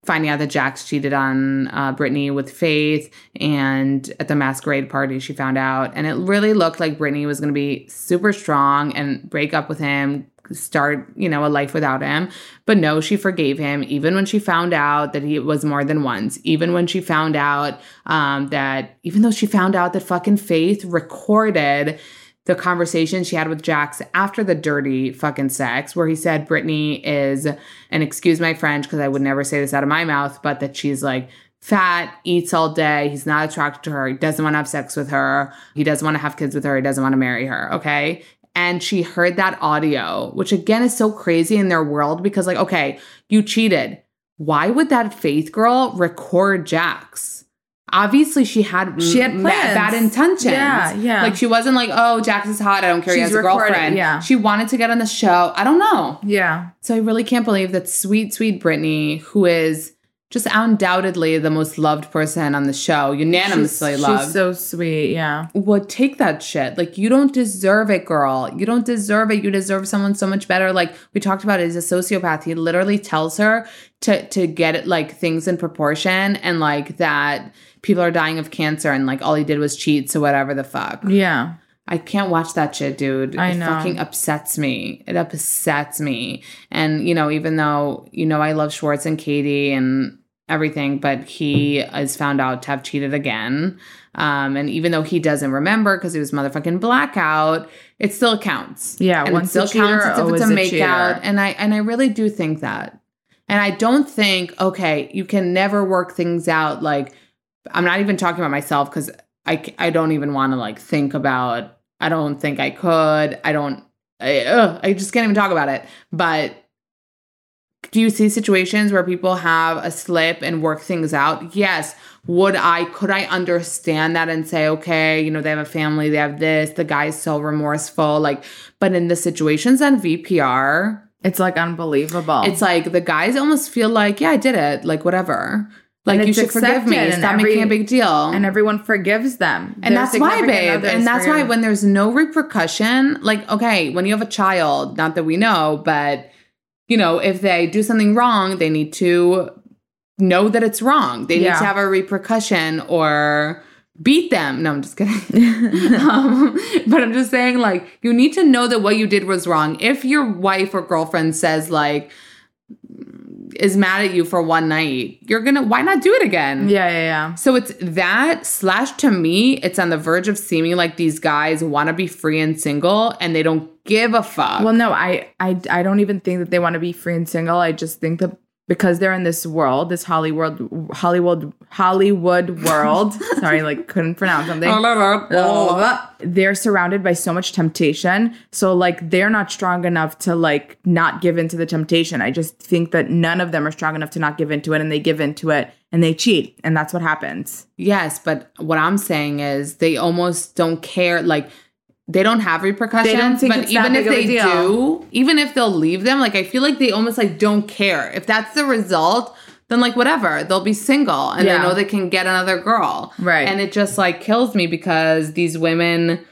[SPEAKER 2] finding out that Jax cheated on uh Britney with Faith and at the masquerade party she found out. And it really looked like Britney was gonna be super strong and break up with him, start, you know, a life without him. But no, she forgave him, even when she found out that he was more than once, even when she found out um that even though she found out that fucking Faith recorded the conversation she had with Jax after the dirty fucking sex, where he said Brittany is, and excuse my French because I would never say this out of my mouth, but that she's like fat, eats all day, he's not attracted to her, he doesn't want to have sex with her, he doesn't want to have kids with her, he doesn't want to marry her, okay? And she heard that audio, which again is so crazy in their world because, like, okay, you cheated. Why would that faith girl record Jax? Obviously, she had
[SPEAKER 3] She had
[SPEAKER 2] ma-
[SPEAKER 3] plans.
[SPEAKER 2] bad intentions.
[SPEAKER 3] Yeah, yeah.
[SPEAKER 2] Like she wasn't like, oh, Jax is hot. I don't care. he
[SPEAKER 3] She's
[SPEAKER 2] has a
[SPEAKER 3] recorded,
[SPEAKER 2] girlfriend.
[SPEAKER 3] yeah.
[SPEAKER 2] She wanted to get on the show. I don't know.
[SPEAKER 3] Yeah.
[SPEAKER 2] So I really can't believe that sweet, sweet Brittany, who is just undoubtedly the most loved person on the show, unanimously
[SPEAKER 3] she's,
[SPEAKER 2] loved,
[SPEAKER 3] She's so sweet, yeah.
[SPEAKER 2] would take that shit. Like, you don't deserve it, girl. You don't deserve it. You deserve someone so much better. Like we talked about, is a sociopath. He literally tells her to to get it like things in proportion and like that people are dying of cancer and like all he did was cheat, so whatever the fuck.
[SPEAKER 3] Yeah.
[SPEAKER 2] I can't watch that shit, dude.
[SPEAKER 3] I
[SPEAKER 2] it
[SPEAKER 3] know.
[SPEAKER 2] fucking upsets me. It upsets me. And you know, even though you know I love Schwartz and Katie and everything, but he is found out to have cheated again. Um, and even though he doesn't remember because he was motherfucking blackout, it still counts.
[SPEAKER 3] Yeah,
[SPEAKER 2] and
[SPEAKER 3] once a cheater, always a cheater.
[SPEAKER 2] And I and I really do think that. And I don't think okay, you can never work things out like I'm not even talking about myself because I, c- I don't even want to like think about I don't think I could I don't I, ugh, I just can't even talk about it but do you see situations where people have a slip and work things out yes would I could I understand that and say okay you know they have a family they have this the guy's so remorseful like but in the situations on VPR
[SPEAKER 3] It's like unbelievable.
[SPEAKER 2] it's like the guys almost feel like yeah I did it like whatever like you
[SPEAKER 3] it's
[SPEAKER 2] should forgive me
[SPEAKER 3] accepted and
[SPEAKER 2] stop
[SPEAKER 3] every-
[SPEAKER 2] making a big deal
[SPEAKER 3] and everyone forgives them.
[SPEAKER 2] and
[SPEAKER 3] Their
[SPEAKER 2] that's why,
[SPEAKER 3] significant
[SPEAKER 2] babe.
[SPEAKER 3] others
[SPEAKER 2] And that's why
[SPEAKER 3] forgive-
[SPEAKER 2] when there's no repercussion, like, okay, when you have a child, not that we know, but, you know, if they do something wrong, they need to know that it's wrong. They need
[SPEAKER 3] Yeah.
[SPEAKER 2] to have a repercussion or beat them. No, I'm just kidding. um, but I'm just saying, like, you need to know that what you did was wrong. If your wife or girlfriend says, like, is mad at you for one night, you're gonna why not do it again?
[SPEAKER 3] Yeah, yeah, yeah.
[SPEAKER 2] So it's that slash to me, it's on the verge of seeming like these guys want to be free and single and they don't give a fuck.
[SPEAKER 3] Well, no, I, I, I don't even think that they want to be free and single. I just think that because they're in this world, this Hollywood, Hollywood, Hollywood world. sorry, like couldn't pronounce something. they're surrounded by so much temptation. So like they're not strong enough to like not give in to the temptation. I just think that none of them are strong enough to not give into it, and they give into it and they cheat, and that's what happens.
[SPEAKER 2] yes, but what I'm saying is they almost don't care. Like they don't have repercussions.
[SPEAKER 3] They don't think
[SPEAKER 2] but
[SPEAKER 3] it's that
[SPEAKER 2] even if
[SPEAKER 3] big of a
[SPEAKER 2] they
[SPEAKER 3] deal.
[SPEAKER 2] do, even if they'll leave them, like I feel like they almost like don't care. If that's the result, then like whatever, they'll be single and
[SPEAKER 3] Yeah.
[SPEAKER 2] they know they can get another girl.
[SPEAKER 3] Right.
[SPEAKER 2] And it just like kills me because these women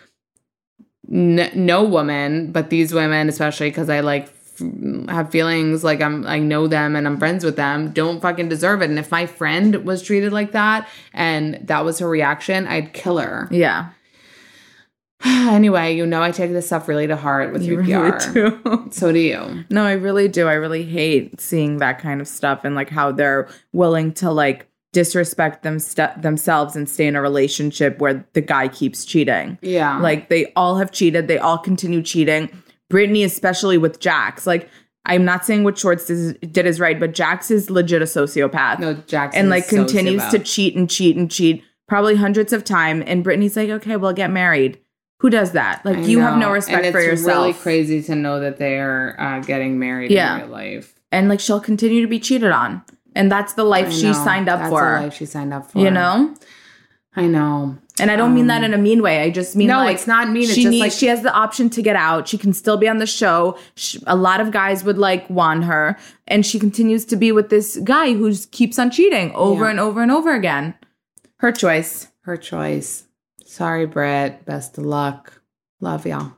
[SPEAKER 2] n- no woman, but these women, especially because I like f- have feelings like I'm, I know them and I'm friends with them, don't fucking deserve it. And if my friend was treated like that and that was her reaction, I'd kill her.
[SPEAKER 3] Yeah,
[SPEAKER 2] anyway, you know, I take this stuff really to heart with your PR.
[SPEAKER 3] do.
[SPEAKER 2] So do you.
[SPEAKER 3] No, I really do. I really hate seeing that kind of stuff and like how they're willing to like disrespect them st- themselves and stay in a relationship where the guy keeps cheating.
[SPEAKER 2] Yeah.
[SPEAKER 3] Like they all have cheated, they all continue cheating. Brittany especially with Jax. Like I'm not saying what Shorts is, did is right, but Jax is legit a sociopath
[SPEAKER 2] No, Jackson.
[SPEAKER 3] and like continues to cheat and cheat and cheat probably hundreds of time and Brittany's like, "Okay, we'll get married." Who does that? Like you have no respect
[SPEAKER 2] and
[SPEAKER 3] for
[SPEAKER 2] it's
[SPEAKER 3] yourself.
[SPEAKER 2] really crazy to know that they are uh, getting married
[SPEAKER 3] Yeah.
[SPEAKER 2] in real life.
[SPEAKER 3] and like she'll continue to be cheated on and that's the life
[SPEAKER 2] I
[SPEAKER 3] she
[SPEAKER 2] know.
[SPEAKER 3] signed up
[SPEAKER 2] That's
[SPEAKER 3] for
[SPEAKER 2] The life she signed up for.
[SPEAKER 3] you know
[SPEAKER 2] I know.
[SPEAKER 3] and i don't mean that in a mean way i just mean
[SPEAKER 2] Um, No,
[SPEAKER 3] like
[SPEAKER 2] it's not mean. It's
[SPEAKER 3] she
[SPEAKER 2] just
[SPEAKER 3] needs
[SPEAKER 2] like-
[SPEAKER 3] she has the option to get out she can still be on the show Sh a lot of guys would like want her and she continues to be with this guy who keeps on cheating over
[SPEAKER 2] Yeah.
[SPEAKER 3] and over and over again her choice
[SPEAKER 2] her choice. Sorry, Brett. Best of luck. Love y'all.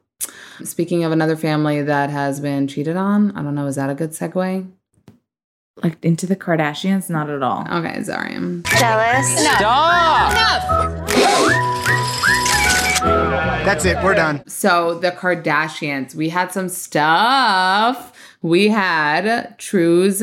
[SPEAKER 2] Speaking of another family that has been cheated on, I don't know, is that a good segue?
[SPEAKER 3] like into the kardashians not at all
[SPEAKER 2] Okay, sorry.
[SPEAKER 4] Jealous?
[SPEAKER 5] That's it. We're done.
[SPEAKER 2] So, the Kardashians, we had some stuff. We had True's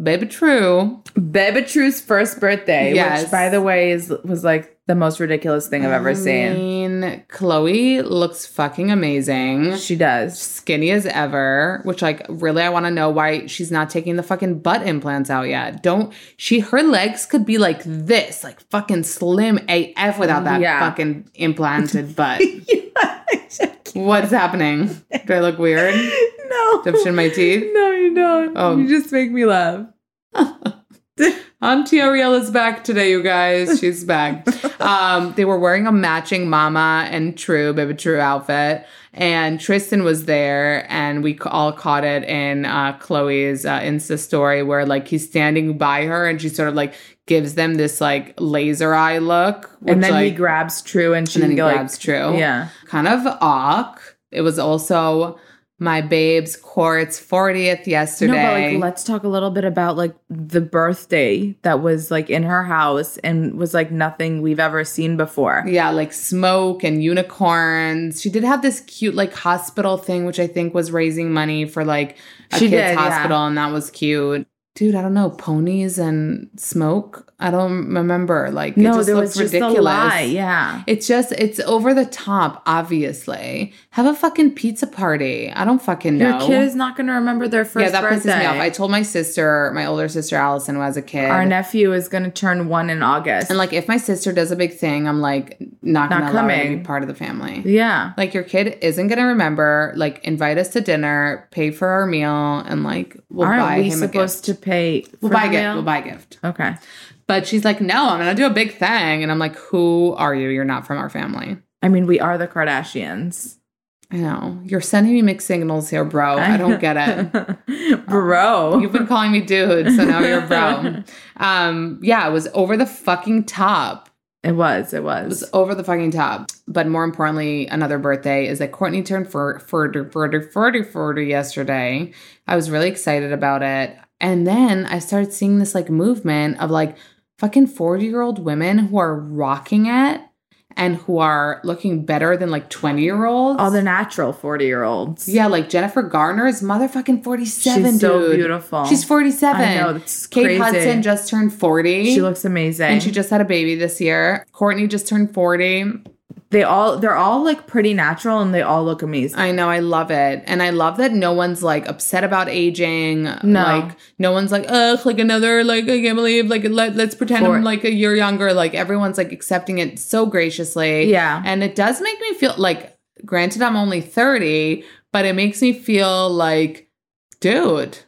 [SPEAKER 2] Baby True.
[SPEAKER 3] Beba True's first birthday,
[SPEAKER 2] Yes.
[SPEAKER 3] which by the way is was like the most ridiculous thing I've ever
[SPEAKER 2] I
[SPEAKER 3] seen.
[SPEAKER 2] mean, Chloe looks fucking amazing.
[SPEAKER 3] She does.
[SPEAKER 2] Skinny as ever, which like really I want to know why she's not taking the fucking butt implants out yet. Don't she her legs could be like this, like fucking slim AF without that
[SPEAKER 3] Yeah.
[SPEAKER 2] fucking implanted butt. What's happening? Do I look weird?
[SPEAKER 3] No.
[SPEAKER 2] Dipped in my teeth.
[SPEAKER 3] No, you don't.
[SPEAKER 2] Oh.
[SPEAKER 3] You just make me laugh.
[SPEAKER 2] Auntie Ariel is back today, you guys. She's back. um, they were wearing a matching Mama and True, Baby True outfit. And Tristan was there, and we ca- all caught it in uh, Chloe's uh, Insta story where, like, he's standing by her and she sort of, like, gives them this, like, laser eye look.
[SPEAKER 3] and
[SPEAKER 2] which,
[SPEAKER 3] then he
[SPEAKER 2] like,
[SPEAKER 3] grabs True and she
[SPEAKER 2] and then he
[SPEAKER 3] like,
[SPEAKER 2] grabs True.
[SPEAKER 3] Yeah.
[SPEAKER 2] Kind of awk. It was also my babe's Court's 40th yesterday.
[SPEAKER 3] No, but like let's talk a little bit about like the birthday that was like in her house and was like nothing we've ever seen before.
[SPEAKER 2] Yeah, like smoke and unicorns. She did have this cute like hospital thing, which I think was raising money for like a
[SPEAKER 3] She
[SPEAKER 2] kid's
[SPEAKER 3] did, yeah.
[SPEAKER 2] hospital, and that was cute. Dude, I don't know, ponies and smoke. I don't remember. Like it
[SPEAKER 3] no,
[SPEAKER 2] just
[SPEAKER 3] there
[SPEAKER 2] looks
[SPEAKER 3] was just
[SPEAKER 2] ridiculous.
[SPEAKER 3] a lie. Yeah.
[SPEAKER 2] It's just it's over the top, obviously. Have a fucking pizza party. I don't fucking know.
[SPEAKER 3] Your kid is not gonna remember their first
[SPEAKER 2] yeah, that
[SPEAKER 3] birthday.
[SPEAKER 2] pisses me off. I told my sister, my older sister Allison, who has a kid.
[SPEAKER 3] Our nephew is gonna turn one in August.
[SPEAKER 2] and like if my sister does a big thing, I'm like not
[SPEAKER 3] Not
[SPEAKER 2] gonna allow her to
[SPEAKER 3] coming.
[SPEAKER 2] be part of the family.
[SPEAKER 3] yeah.
[SPEAKER 2] Like your kid isn't gonna remember. Like invite us to dinner, pay for our meal, and like we'll
[SPEAKER 3] Aren't
[SPEAKER 2] buy
[SPEAKER 3] we
[SPEAKER 2] him
[SPEAKER 3] supposed
[SPEAKER 2] a gift.
[SPEAKER 3] to pay?
[SPEAKER 2] we'll
[SPEAKER 3] for
[SPEAKER 2] buy a
[SPEAKER 3] the
[SPEAKER 2] gift.
[SPEAKER 3] meal?
[SPEAKER 2] We'll buy a gift.
[SPEAKER 3] Okay.
[SPEAKER 2] But she's like, no, I'm gonna do a big thing, and I'm like, who are you? You're not from our family.
[SPEAKER 3] I mean, we are the Kardashians,
[SPEAKER 2] I know you're sending me mixed signals here, bro.
[SPEAKER 3] Oh,
[SPEAKER 2] I don't get it.
[SPEAKER 3] bro.
[SPEAKER 2] You've been calling me dude, so now you're bro. Um, yeah, it was over the fucking top.
[SPEAKER 3] it was. It was.
[SPEAKER 2] was over the fucking top. But more importantly, another birthday is that Courtney turned for further, further, further, further yesterday. I was really excited about it. And then I started seeing this like movement of like fucking 40 year old women who are rocking it. and who are looking better than like 20 year olds.
[SPEAKER 3] All the natural 40 year olds.
[SPEAKER 2] yeah, like Jennifer Garner is motherfucking 47,
[SPEAKER 3] She's
[SPEAKER 2] dude.
[SPEAKER 3] so beautiful.
[SPEAKER 2] She's 47.
[SPEAKER 3] I know, that's
[SPEAKER 2] Kate
[SPEAKER 3] crazy.
[SPEAKER 2] Hudson just turned 40.
[SPEAKER 3] She looks amazing.
[SPEAKER 2] and she just had a baby this year. Courtney just turned 40.
[SPEAKER 3] they all they're all like pretty natural and they all look amazing.
[SPEAKER 2] I know, I love it. And I love that no one's like upset about aging.
[SPEAKER 3] No.
[SPEAKER 2] Like, no one's like, ugh, like another, like, I can't believe, like, let, let's pretend
[SPEAKER 3] For-
[SPEAKER 2] I'm like a year younger. Like, everyone's like accepting it so graciously.
[SPEAKER 3] Yeah.
[SPEAKER 2] And it does make me feel like, granted, I'm only 30, but it makes me feel like, dude,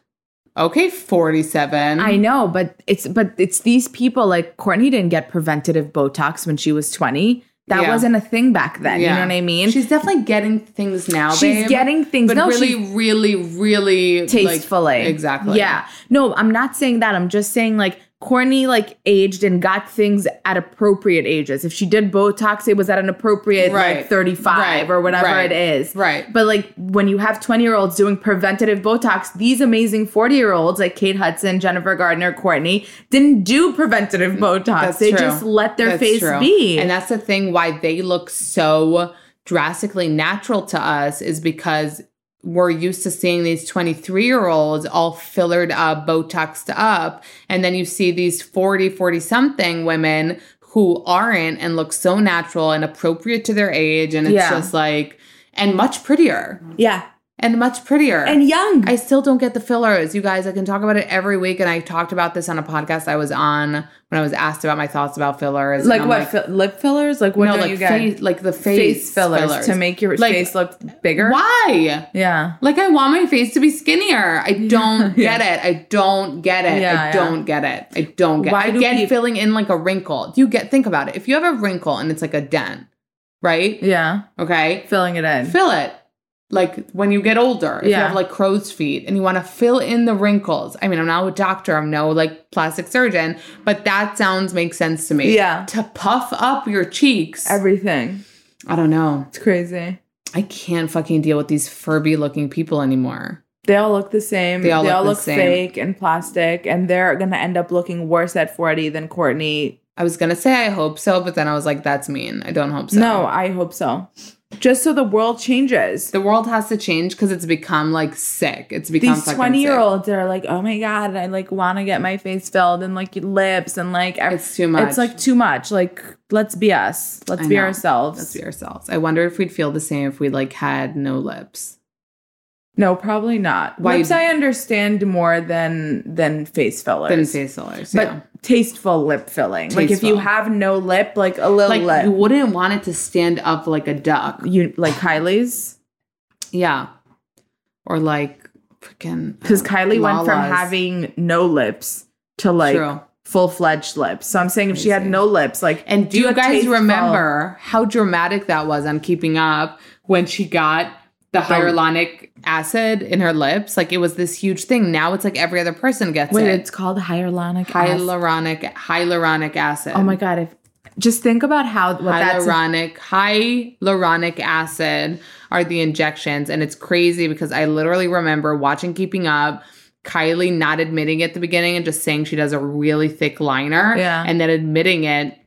[SPEAKER 2] okay, 47.
[SPEAKER 3] I know, but it's but it's these people like Courtney didn't get preventative Botox when she was 20. That
[SPEAKER 2] Yeah.
[SPEAKER 3] wasn't a thing back then. You
[SPEAKER 2] Yeah.
[SPEAKER 3] know what I mean?
[SPEAKER 2] She's definitely getting things now.
[SPEAKER 3] She's
[SPEAKER 2] babe.
[SPEAKER 3] getting things-
[SPEAKER 2] but
[SPEAKER 3] no,
[SPEAKER 2] really,
[SPEAKER 3] she's-
[SPEAKER 2] really, really
[SPEAKER 3] tastefully.
[SPEAKER 2] Like, exactly.
[SPEAKER 3] Yeah. No, I'm not saying that. I'm just saying like Courtney like aged and got things at appropriate ages. If she did Botox, it was at an appropriate like
[SPEAKER 2] Right.
[SPEAKER 3] 35
[SPEAKER 2] Right.
[SPEAKER 3] or whatever
[SPEAKER 2] Right.
[SPEAKER 3] it is.
[SPEAKER 2] Right.
[SPEAKER 3] But like when you have 20 year olds doing preventative Botox, these amazing 40 year olds like Kate Hudson, Jennifer Gardner, Courtney didn't do preventative Botox.
[SPEAKER 2] Mm, That's
[SPEAKER 3] they
[SPEAKER 2] true.
[SPEAKER 3] just let their
[SPEAKER 2] That's
[SPEAKER 3] face
[SPEAKER 2] true.
[SPEAKER 3] be.
[SPEAKER 2] And that's the thing why they look so drastically natural to us is because we're used to seeing these 23 year olds all fillered up, Botoxed up. And then you see these 40, 40 something women who aren't and look so natural and appropriate to their age. And it's
[SPEAKER 3] Yeah.
[SPEAKER 2] just like, and much prettier
[SPEAKER 3] yeah.
[SPEAKER 2] and much prettier.
[SPEAKER 3] And young.
[SPEAKER 2] I still don't get the fillers. You guys, I can talk about it every week. And I talked about this on a podcast I was on when I was asked about my thoughts about fillers. and
[SPEAKER 3] like
[SPEAKER 2] I'm
[SPEAKER 3] what fi- lip fillers? Like what
[SPEAKER 2] no,
[SPEAKER 3] do
[SPEAKER 2] like
[SPEAKER 3] you get?
[SPEAKER 2] face, like the face,
[SPEAKER 3] face fillers, to make your
[SPEAKER 2] Like,
[SPEAKER 3] face look bigger.
[SPEAKER 2] Why?
[SPEAKER 3] Yeah.
[SPEAKER 2] Like I want my face to be skinnier. I don't get it. I don't get it.
[SPEAKER 3] Yeah,
[SPEAKER 2] I
[SPEAKER 3] yeah.
[SPEAKER 2] don't get it. I don't get.
[SPEAKER 3] Why
[SPEAKER 2] I
[SPEAKER 3] do
[SPEAKER 2] get
[SPEAKER 3] peop-
[SPEAKER 2] filling in like a wrinkle. Do you get? Think about it. If you have a wrinkle and it's like a dent, right?
[SPEAKER 3] Yeah.
[SPEAKER 2] Okay,
[SPEAKER 3] Filling it in.
[SPEAKER 2] fill it. Like when you get older, if
[SPEAKER 3] Yeah.
[SPEAKER 2] you have like crow's feet and you want to fill in the wrinkles. I mean, I'm not a doctor, I'm no like plastic surgeon, but that sounds makes sense to me.
[SPEAKER 3] Yeah.
[SPEAKER 2] To puff up your cheeks.
[SPEAKER 3] Everything.
[SPEAKER 2] I don't know.
[SPEAKER 3] It's crazy.
[SPEAKER 2] I can't fucking deal with these Furby looking people anymore.
[SPEAKER 3] They all look the same. They all look,
[SPEAKER 2] the same.
[SPEAKER 3] fake and plastic, and they're gonna end up looking worse at forty than Courtney.
[SPEAKER 2] I was gonna say I hope so, but then I was like, that's mean. I don't hope so.
[SPEAKER 3] No, I hope so. Just so the world changes.
[SPEAKER 2] The world has to change because it's become like sick. It's become
[SPEAKER 3] These
[SPEAKER 2] fucking
[SPEAKER 3] twenty year
[SPEAKER 2] sick.
[SPEAKER 3] olds are like, oh my god, I like want to get my face filled and like lips and like ev-
[SPEAKER 2] It's too much.
[SPEAKER 3] It's like too much. Like let's be us. Let's
[SPEAKER 2] I
[SPEAKER 3] be
[SPEAKER 2] know.
[SPEAKER 3] ourselves.
[SPEAKER 2] Let's be ourselves. I wonder if we'd feel the same if we like had no lips.
[SPEAKER 3] no, probably not.
[SPEAKER 2] Why-
[SPEAKER 3] Lips I understand more than than face fillers.
[SPEAKER 2] Than face fillers.
[SPEAKER 3] but
[SPEAKER 2] yeah.
[SPEAKER 3] tasteful lip filling. Like if you
[SPEAKER 2] Tasteful.
[SPEAKER 3] have no lip, like a little
[SPEAKER 2] like
[SPEAKER 3] lip.
[SPEAKER 2] you wouldn't want it to stand up like a duck.
[SPEAKER 3] you like Kylie's
[SPEAKER 2] Yeah. Or like freaking
[SPEAKER 3] because Kylie went from
[SPEAKER 2] Lala's.
[SPEAKER 3] having no lips to like
[SPEAKER 2] True.
[SPEAKER 3] full fledged lips. So I'm saying if she had no lips, like
[SPEAKER 2] And do
[SPEAKER 3] a
[SPEAKER 2] you guys
[SPEAKER 3] tasteful-
[SPEAKER 2] remember how dramatic that was on keeping up when she got the hyaluronic acid in her lips? Like it was this huge thing. Now it's like every other person gets
[SPEAKER 3] Wait,
[SPEAKER 2] it.
[SPEAKER 3] it's called hyaluronic acid.
[SPEAKER 2] hyaluronic hyaluronic acid.
[SPEAKER 3] Oh my god! If just think about how what that's
[SPEAKER 2] hyaluronic hyaluronic acid are the injections and it's crazy because i literally remember watching keeping up kylie not admitting it at the beginning and just saying she does a really thick liner
[SPEAKER 3] Yeah.
[SPEAKER 2] and then admitting it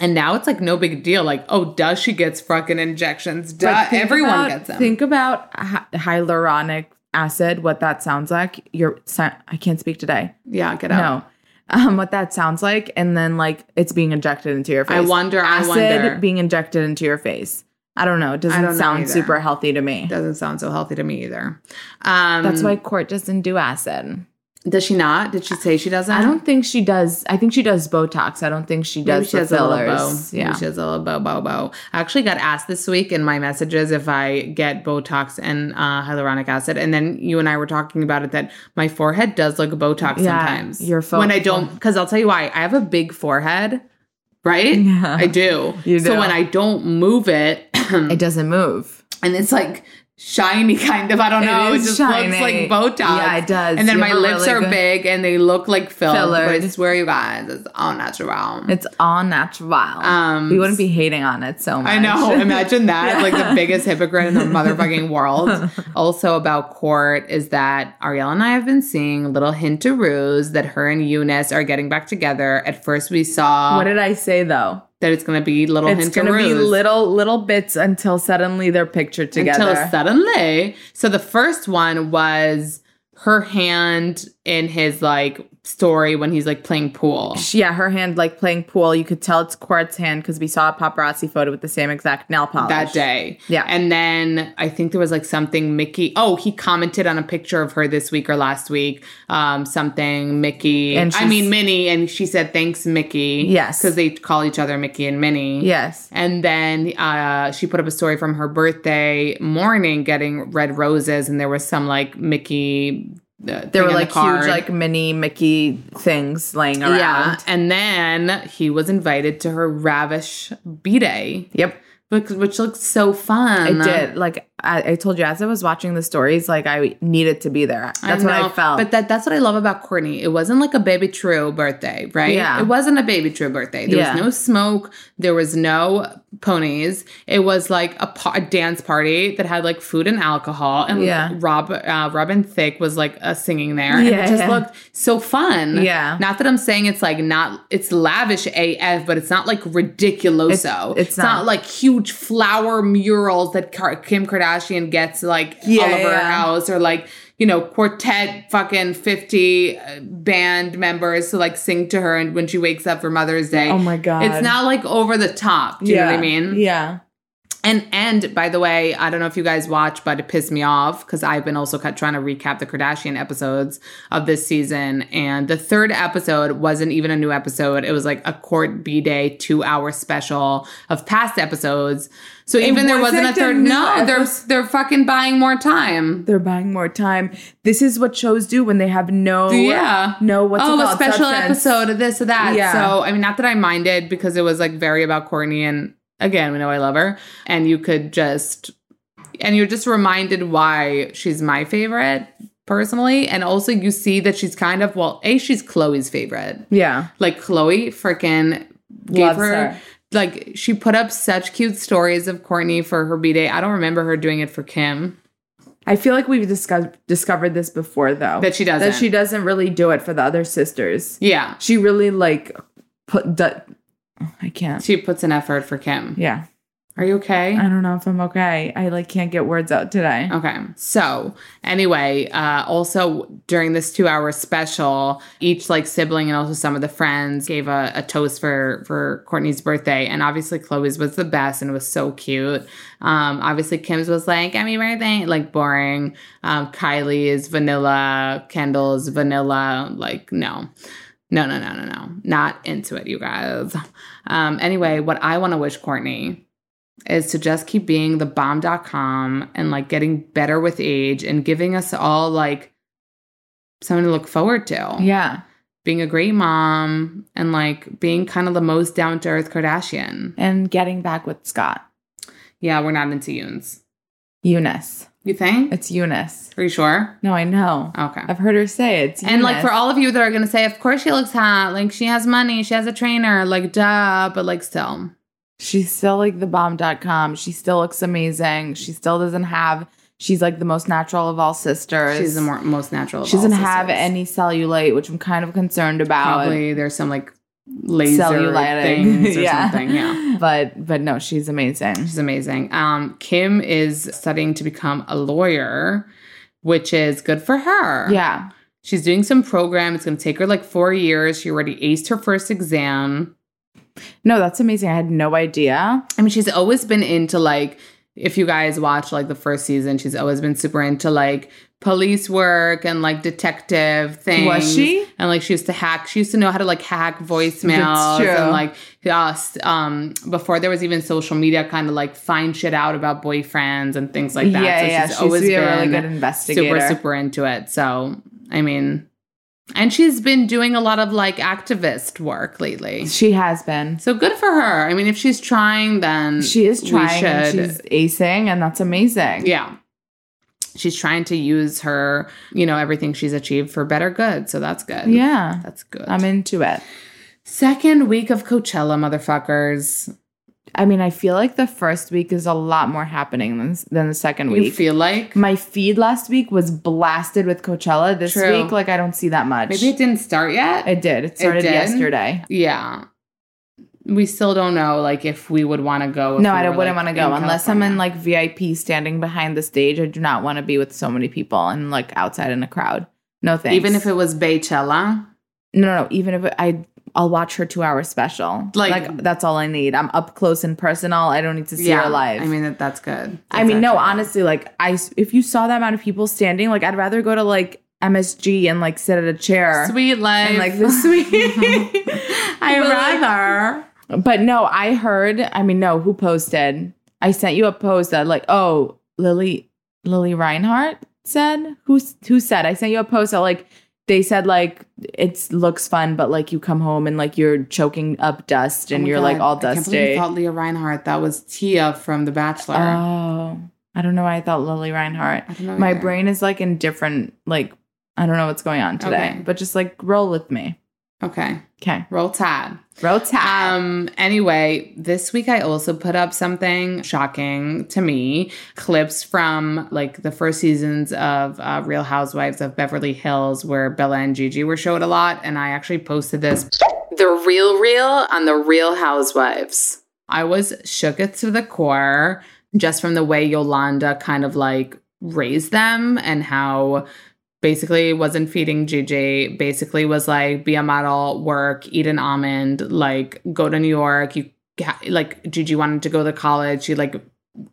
[SPEAKER 2] and now it's like no big deal like oh duh she gets fucking injections
[SPEAKER 3] but
[SPEAKER 2] duh
[SPEAKER 3] think
[SPEAKER 2] everyone
[SPEAKER 3] about-
[SPEAKER 2] gets them
[SPEAKER 3] Think about hy- hyaluronic acid. What that sounds like. Your si- I can't speak today.
[SPEAKER 2] yeah get out
[SPEAKER 3] No. Um, what that sounds like, and then like it's being injected into your face.
[SPEAKER 2] I wonder, I
[SPEAKER 3] Acid
[SPEAKER 2] wonder.
[SPEAKER 3] being injected into your face. I don't know. It doesn't
[SPEAKER 2] don't know
[SPEAKER 3] sound
[SPEAKER 2] either. Um,
[SPEAKER 3] super healthy to me.
[SPEAKER 2] doesn't sound so healthy to me either um
[SPEAKER 3] That's why Court doesn't do acid.
[SPEAKER 2] does she not did she say she doesn't
[SPEAKER 3] I don't think she does. I think she does Botox. I don't think she does
[SPEAKER 2] Maybe she
[SPEAKER 3] the
[SPEAKER 2] has a little
[SPEAKER 3] fillers.
[SPEAKER 2] bow.
[SPEAKER 3] Yeah.
[SPEAKER 2] Maybe she has a little bow, bow, bow. I actually got asked this week in my messages if I get Botox and uh, hyaluronic acid, and then you and I were talking about it that my forehead does look Botox
[SPEAKER 3] Yeah,
[SPEAKER 2] sometimes.
[SPEAKER 3] your fo-
[SPEAKER 2] when I don't, because I'll tell you why. I have a big forehead, right?
[SPEAKER 3] Yeah.
[SPEAKER 2] I do.
[SPEAKER 3] You do.
[SPEAKER 2] So when I don't move it, and
[SPEAKER 3] It doesn't move.
[SPEAKER 2] it's like. Shiny kind of, I don't
[SPEAKER 3] It
[SPEAKER 2] know. It,
[SPEAKER 3] is
[SPEAKER 2] just
[SPEAKER 3] shiny.
[SPEAKER 2] looks like Botox.
[SPEAKER 3] Yeah, it does.
[SPEAKER 2] And then
[SPEAKER 3] You
[SPEAKER 2] my
[SPEAKER 3] have a
[SPEAKER 2] lips
[SPEAKER 3] really
[SPEAKER 2] are
[SPEAKER 3] good-
[SPEAKER 2] big and they look like filled.
[SPEAKER 3] Fillered.
[SPEAKER 2] But I swear, you guys, it's all natural.
[SPEAKER 3] It's all natural.
[SPEAKER 2] Um,
[SPEAKER 3] we wouldn't be hating on it so much.
[SPEAKER 2] I know. Imagine that. Like the biggest hypocrite in the motherfucking world. Also about court is that Arielle and I have been seeing a little hint to ruse that her and Eunice are getting back together. At first we saw
[SPEAKER 3] What did I say though?
[SPEAKER 2] that it's gonna be little
[SPEAKER 3] It's
[SPEAKER 2] hints and
[SPEAKER 3] gonna be
[SPEAKER 2] ruse.
[SPEAKER 3] little little bits until suddenly they're pictured together.
[SPEAKER 2] Until suddenly. So the first one was her hand in his like story when he's like playing pool.
[SPEAKER 3] She- yeah, her hand like playing pool. You could tell it's Quart's hand because we saw a paparazzi photo with the same exact nail polish
[SPEAKER 2] That day.
[SPEAKER 3] Yeah.
[SPEAKER 2] And then I think there was like something Mickey. Oh, he commented on a picture of her this week or last week. Um, something Mickey.
[SPEAKER 3] And
[SPEAKER 2] I
[SPEAKER 3] she's-
[SPEAKER 2] mean, Minnie. And she said, thanks, Mickey.
[SPEAKER 3] Yes.
[SPEAKER 2] Because they call each other Mickey and Minnie.
[SPEAKER 3] Yes.
[SPEAKER 2] And then uh, she put up a story from her birthday morning getting red roses, and there was some like Mickey. Uh,
[SPEAKER 3] There
[SPEAKER 2] thing
[SPEAKER 3] were
[SPEAKER 2] on the
[SPEAKER 3] like
[SPEAKER 2] card.
[SPEAKER 3] huge like mini Mickey things laying around.
[SPEAKER 2] Yeah. And then he was invited to her Ravish B Day,
[SPEAKER 3] Yep.
[SPEAKER 2] which, which looked so fun.
[SPEAKER 3] It did. Like I, I told you, as I was watching the stories, like I needed to be there. That's what I
[SPEAKER 2] know,
[SPEAKER 3] felt.
[SPEAKER 2] But that, that's what I love about Courtney. It wasn't like a baby true birthday, right?
[SPEAKER 3] Yeah.
[SPEAKER 2] It wasn't a baby true birthday. There
[SPEAKER 3] Yeah.
[SPEAKER 2] was no smoke. There was no ponies. It was like a, pa- a dance party that had like food and alcohol. And
[SPEAKER 3] Yeah.
[SPEAKER 2] Rob uh, Robin Thicke was like uh, singing there. and
[SPEAKER 3] Yeah,
[SPEAKER 2] it just
[SPEAKER 3] yeah.
[SPEAKER 2] looked so fun.
[SPEAKER 3] Yeah.
[SPEAKER 2] Not that I'm saying it's like not, it's lavish AF, but it's not like ridiculoso. It's,
[SPEAKER 3] it's not.
[SPEAKER 2] like huge flower murals that Kar- Kim Kardashian gets like
[SPEAKER 3] Yeah,
[SPEAKER 2] all over her
[SPEAKER 3] yeah.
[SPEAKER 2] house or like you know quartet fucking 50 uh, band members to like sing to her and when she wakes up for mother's day
[SPEAKER 3] Oh my God.
[SPEAKER 2] it's not like over the top do you know what i mean
[SPEAKER 3] Yeah.
[SPEAKER 2] and and by the way i don't know if you guys watch but it pissed me off because i've been also cut, trying to recap the kardashian episodes of this season and the third episode wasn't even a new episode it was like a court b-day two hour special of past episodes so even there wasn't a
[SPEAKER 3] wasn't a
[SPEAKER 2] third
[SPEAKER 3] new
[SPEAKER 2] no they're
[SPEAKER 3] episode.
[SPEAKER 2] they're fucking buying more time
[SPEAKER 3] They're buying more time. This is what shows do when they have no
[SPEAKER 2] yeah.
[SPEAKER 3] no what's it
[SPEAKER 2] oh, a
[SPEAKER 3] called?
[SPEAKER 2] special
[SPEAKER 3] Substance.
[SPEAKER 2] episode of this or that.
[SPEAKER 3] Yeah.
[SPEAKER 2] So I mean, not that I minded because it was like very about Courtney, and again, we know I love her, and you could just and you're just reminded why she's my favorite personally, and also you see that she's kind of well, a she's Chloe's favorite.
[SPEAKER 3] Yeah.
[SPEAKER 2] Like Chloe freaking gave
[SPEAKER 3] Loves
[SPEAKER 2] her,
[SPEAKER 3] her.
[SPEAKER 2] like she put up such cute stories of Courtney for her b day. I don't remember her doing it for Kim.
[SPEAKER 3] I feel like we've discussed discovered this before though.
[SPEAKER 2] That she doesn't.
[SPEAKER 3] That she doesn't really do it for the other sisters.
[SPEAKER 2] Yeah,
[SPEAKER 3] She really like put the I can't.
[SPEAKER 2] she puts an effort for Kim.
[SPEAKER 3] Yeah.
[SPEAKER 2] Are you okay?
[SPEAKER 3] I don't know if I'm okay. I like can't get words out today.
[SPEAKER 2] Okay. So anyway, uh, also during this two-hour special, each like sibling and also some of the friends gave a, a toast for for Courtney's birthday, and obviously Chloe's was the best and was so cute. Um, obviously Kim's was like happy birthday, like boring. Um, Kylie is vanilla. Kendall is vanilla. Like no. No, no, no, no, no. Not into it, you guys. Um, anyway, what I want to wish Courtney is to just keep being the bomb.com and like getting better with age and giving us all like something to look forward to.
[SPEAKER 3] Yeah.
[SPEAKER 2] Being a great mom and like being kind of the most down to earth Kardashian.
[SPEAKER 3] And getting back with Scott.
[SPEAKER 2] Yeah, we're not into Yoons.
[SPEAKER 3] Eunice.
[SPEAKER 2] You think?
[SPEAKER 3] It's Eunice.
[SPEAKER 2] Are you sure?
[SPEAKER 3] No, I know.
[SPEAKER 2] Okay.
[SPEAKER 3] I've heard her say it. It's
[SPEAKER 2] Oh. And like
[SPEAKER 3] Eunice.
[SPEAKER 2] for all of you that are gonna say, of course she looks hot, like she has money, she has a trainer, like duh, but like still.
[SPEAKER 3] She's still like the bomb.com. She still looks amazing. She still doesn't have, she's like the most natural of all sisters.
[SPEAKER 2] She's the more, most natural. of
[SPEAKER 3] She
[SPEAKER 2] all
[SPEAKER 3] doesn't have
[SPEAKER 2] sisters.
[SPEAKER 3] any cellulite, which I'm kind of concerned about.
[SPEAKER 2] Probably there's some like laser
[SPEAKER 3] Cellulitic.
[SPEAKER 2] things or something. Yeah.
[SPEAKER 3] But, but no, she's amazing.
[SPEAKER 2] She's amazing. Um, Kim is studying to become a lawyer, which is good for her.
[SPEAKER 3] Yeah.
[SPEAKER 2] She's doing some program. It's going to take her like four years. She already aced her first exam.
[SPEAKER 3] No, that's amazing. I had no idea.
[SPEAKER 2] I mean, she's always been into like, if you guys watch like the first season, she's always been super into like police work and like detective things.
[SPEAKER 3] Was she?
[SPEAKER 2] And like she used to hack. She used to know how to like hack voicemails
[SPEAKER 3] That's true.
[SPEAKER 2] and like uh, s- um before there was even social media, kind of like find shit out about boyfriends and things like that.
[SPEAKER 3] yeah,
[SPEAKER 2] so
[SPEAKER 3] yeah.
[SPEAKER 2] she's
[SPEAKER 3] She's
[SPEAKER 2] always
[SPEAKER 3] be
[SPEAKER 2] been
[SPEAKER 3] a really good
[SPEAKER 2] super
[SPEAKER 3] investigator.
[SPEAKER 2] super into it. So I mean, and she's been doing a lot of like activist work lately.
[SPEAKER 3] She has been.
[SPEAKER 2] So good for her. I mean, if she's trying, then
[SPEAKER 3] She is
[SPEAKER 2] Mm, we
[SPEAKER 3] trying. and
[SPEAKER 2] should-
[SPEAKER 3] she's acing, and that's amazing.
[SPEAKER 2] yeah. She's trying to use her, you know, everything she's achieved for better good. So that's good.
[SPEAKER 3] Yeah.
[SPEAKER 2] That's good.
[SPEAKER 3] I'm into it.
[SPEAKER 2] Second week of Coachella, motherfuckers.
[SPEAKER 3] I mean, I feel like the first week is a lot more happening than than the second
[SPEAKER 2] You
[SPEAKER 3] week.
[SPEAKER 2] feel like
[SPEAKER 3] My feed last week was blasted with Coachella. This
[SPEAKER 2] True.
[SPEAKER 3] week, like I don't see that much.
[SPEAKER 2] maybe it didn't start yet.
[SPEAKER 3] it did. It started
[SPEAKER 2] did?
[SPEAKER 3] yesterday.
[SPEAKER 2] yeah. we still don't know like if we would want to go. if
[SPEAKER 3] No,
[SPEAKER 2] we
[SPEAKER 3] I
[SPEAKER 2] were,
[SPEAKER 3] wouldn't
[SPEAKER 2] like,
[SPEAKER 3] want to go
[SPEAKER 2] in
[SPEAKER 3] unless I'm in
[SPEAKER 2] California.
[SPEAKER 3] like VIP standing behind the stage. I do not want to be with so many people and like outside in a crowd. No thanks.
[SPEAKER 2] even if it was Baychella.
[SPEAKER 3] no, no, no, even if it, I I'll watch her two hour special.
[SPEAKER 2] Like-
[SPEAKER 3] Like, that's all I need. I'm up close and personal. I don't need to see her live.
[SPEAKER 2] I mean that that's good.
[SPEAKER 3] I mean, no,
[SPEAKER 2] That's actually-
[SPEAKER 3] honestly, like I s- if you saw that amount of people standing, like I'd rather go to like MSG and like sit at a chair.
[SPEAKER 2] sweet life
[SPEAKER 3] And like the sweet.
[SPEAKER 2] I
[SPEAKER 3] But, like,
[SPEAKER 2] rather.
[SPEAKER 3] But no, I heard. I mean, no, who posted? I sent you a post that like, oh, Lily, Lily Reinhardt said who who said? I sent you a post that like they said like it looks fun, but like you come home and like you're choking up dust
[SPEAKER 2] Oh
[SPEAKER 3] and
[SPEAKER 2] my
[SPEAKER 3] you're like
[SPEAKER 2] God,
[SPEAKER 3] all
[SPEAKER 2] I can't believe you
[SPEAKER 3] dusty.
[SPEAKER 2] thought Leah Reinhardt. That was Tia from The Bachelor.
[SPEAKER 3] Oh, I don't know why I thought Lily Reinhardt.
[SPEAKER 2] I don't know
[SPEAKER 3] My
[SPEAKER 2] either.
[SPEAKER 3] brain is like in different like I don't know what's going on today,
[SPEAKER 2] Okay.
[SPEAKER 3] but just like roll with me.
[SPEAKER 2] Okay,
[SPEAKER 3] Okay,
[SPEAKER 2] roll tide.
[SPEAKER 3] roll tide.
[SPEAKER 2] Um. Anyway, this week I also put up something shocking to me: clips from like the first seasons of uh, Real Housewives of Beverly Hills, where Bella and Gigi were showed a lot, and I actually posted this the real real on the Real Housewives. I was shook it to the core just from the way Yolanda kind of like raised them and how basically wasn't feeding Gigi, basically was like, be a model, work, eat an almond, like go to New York. You ha- like Gigi wanted to go to college. She like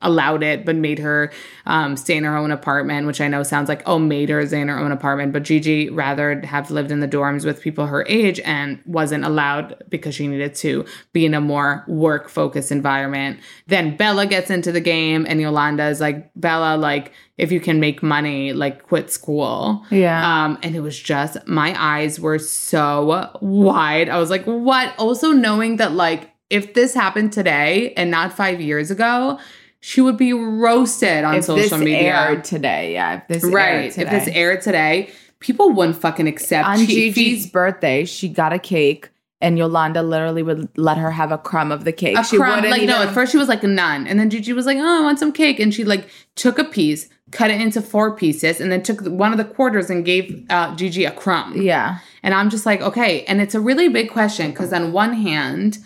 [SPEAKER 2] allowed it, but made her um, stay in her own apartment, which I know sounds like, oh, made her stay in her own apartment. But Gigi rather have lived in the dorms with people her age and wasn't allowed because she needed to be in a more work focused environment. Then Bella gets into the game and Yolanda is like, Bella, like, if you can make money, like, quit school.
[SPEAKER 3] yeah.
[SPEAKER 2] Um, and it was just my eyes were so wide. I was like, what? Also knowing that like if this happened today and not five years ago, she would be roasted on
[SPEAKER 3] if
[SPEAKER 2] social
[SPEAKER 3] this
[SPEAKER 2] media.
[SPEAKER 3] aired today, yeah. If this
[SPEAKER 2] right.
[SPEAKER 3] aired today.
[SPEAKER 2] If this aired today, people wouldn't fucking accept
[SPEAKER 3] on
[SPEAKER 2] Chi-
[SPEAKER 3] Gigi's
[SPEAKER 2] Fi's-
[SPEAKER 3] birthday, she got a cake, and Yolanda literally would let her have a crumb of the cake.
[SPEAKER 2] a
[SPEAKER 3] she
[SPEAKER 2] crumb.
[SPEAKER 3] wouldn't
[SPEAKER 2] Like no,
[SPEAKER 3] even-
[SPEAKER 2] at first she was like none, and then Gigi was like, "Oh, I want some cake," and she like took a piece, cut it into four pieces, and then took one of the quarters and gave uh, Gigi a crumb.
[SPEAKER 3] yeah,
[SPEAKER 2] And I'm just like, okay. And it's a really big question because, on one hand,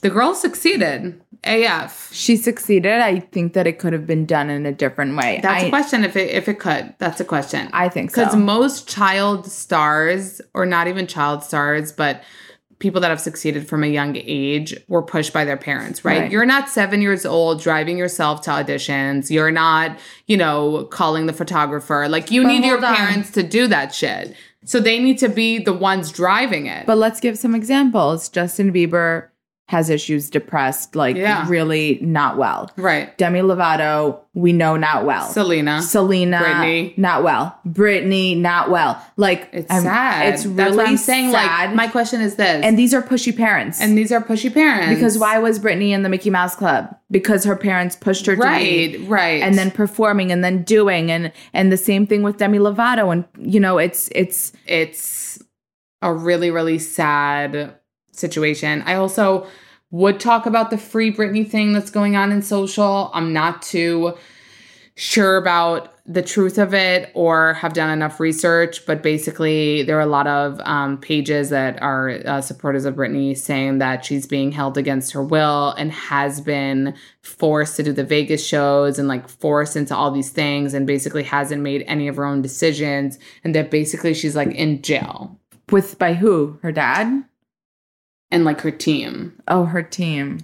[SPEAKER 2] the girl succeeded AF.
[SPEAKER 3] she succeeded. I think that it could have been done in a different way.
[SPEAKER 2] That's a
[SPEAKER 3] I-
[SPEAKER 2] question if it, if it could. That's a question.
[SPEAKER 3] I think so.
[SPEAKER 2] Because most child stars, or not even child stars, but people that have succeeded from a young age were pushed by their parents, right?
[SPEAKER 3] Right.
[SPEAKER 2] You're not seven years old driving yourself to auditions. You're not, you know, calling the photographer. Like, you
[SPEAKER 3] But
[SPEAKER 2] need your
[SPEAKER 3] hold on.
[SPEAKER 2] parents to do that shit. So they need to be the ones driving it.
[SPEAKER 3] But let's give some examples. Justin Bieber has issues, depressed, like
[SPEAKER 2] Yeah.
[SPEAKER 3] really not well.
[SPEAKER 2] right.
[SPEAKER 3] Demi Lovato, we know not well.
[SPEAKER 2] Selena.
[SPEAKER 3] Selena,
[SPEAKER 2] Britney.
[SPEAKER 3] not well. Britney, not well. Like
[SPEAKER 2] It's
[SPEAKER 3] I'm-
[SPEAKER 2] sad.
[SPEAKER 3] It's
[SPEAKER 2] That's
[SPEAKER 3] really
[SPEAKER 2] what I'm saying.
[SPEAKER 3] sad.
[SPEAKER 2] Like my question is this,
[SPEAKER 3] and these are pushy parents.
[SPEAKER 2] and these are pushy parents
[SPEAKER 3] Because why was Britney in the Mickey Mouse Club? Because her parents pushed her to
[SPEAKER 2] Right,
[SPEAKER 3] be,
[SPEAKER 2] right,
[SPEAKER 3] and then performing and then doing and and the same thing with Demi Lovato and you know it's it's
[SPEAKER 2] it's a really really sad situation. I also would talk about the free Britney thing that's going on in social. I'm not too sure about the truth of it or have done enough research, but basically, there are a lot of um, pages that are uh, supporters of Britney saying that she's being held against her will and has been forced to do the Vegas shows and like forced into all these things and basically hasn't made any of her own decisions. And that basically she's like in jail
[SPEAKER 3] with by who? Her dad?
[SPEAKER 2] and like her team.
[SPEAKER 3] Oh, her team.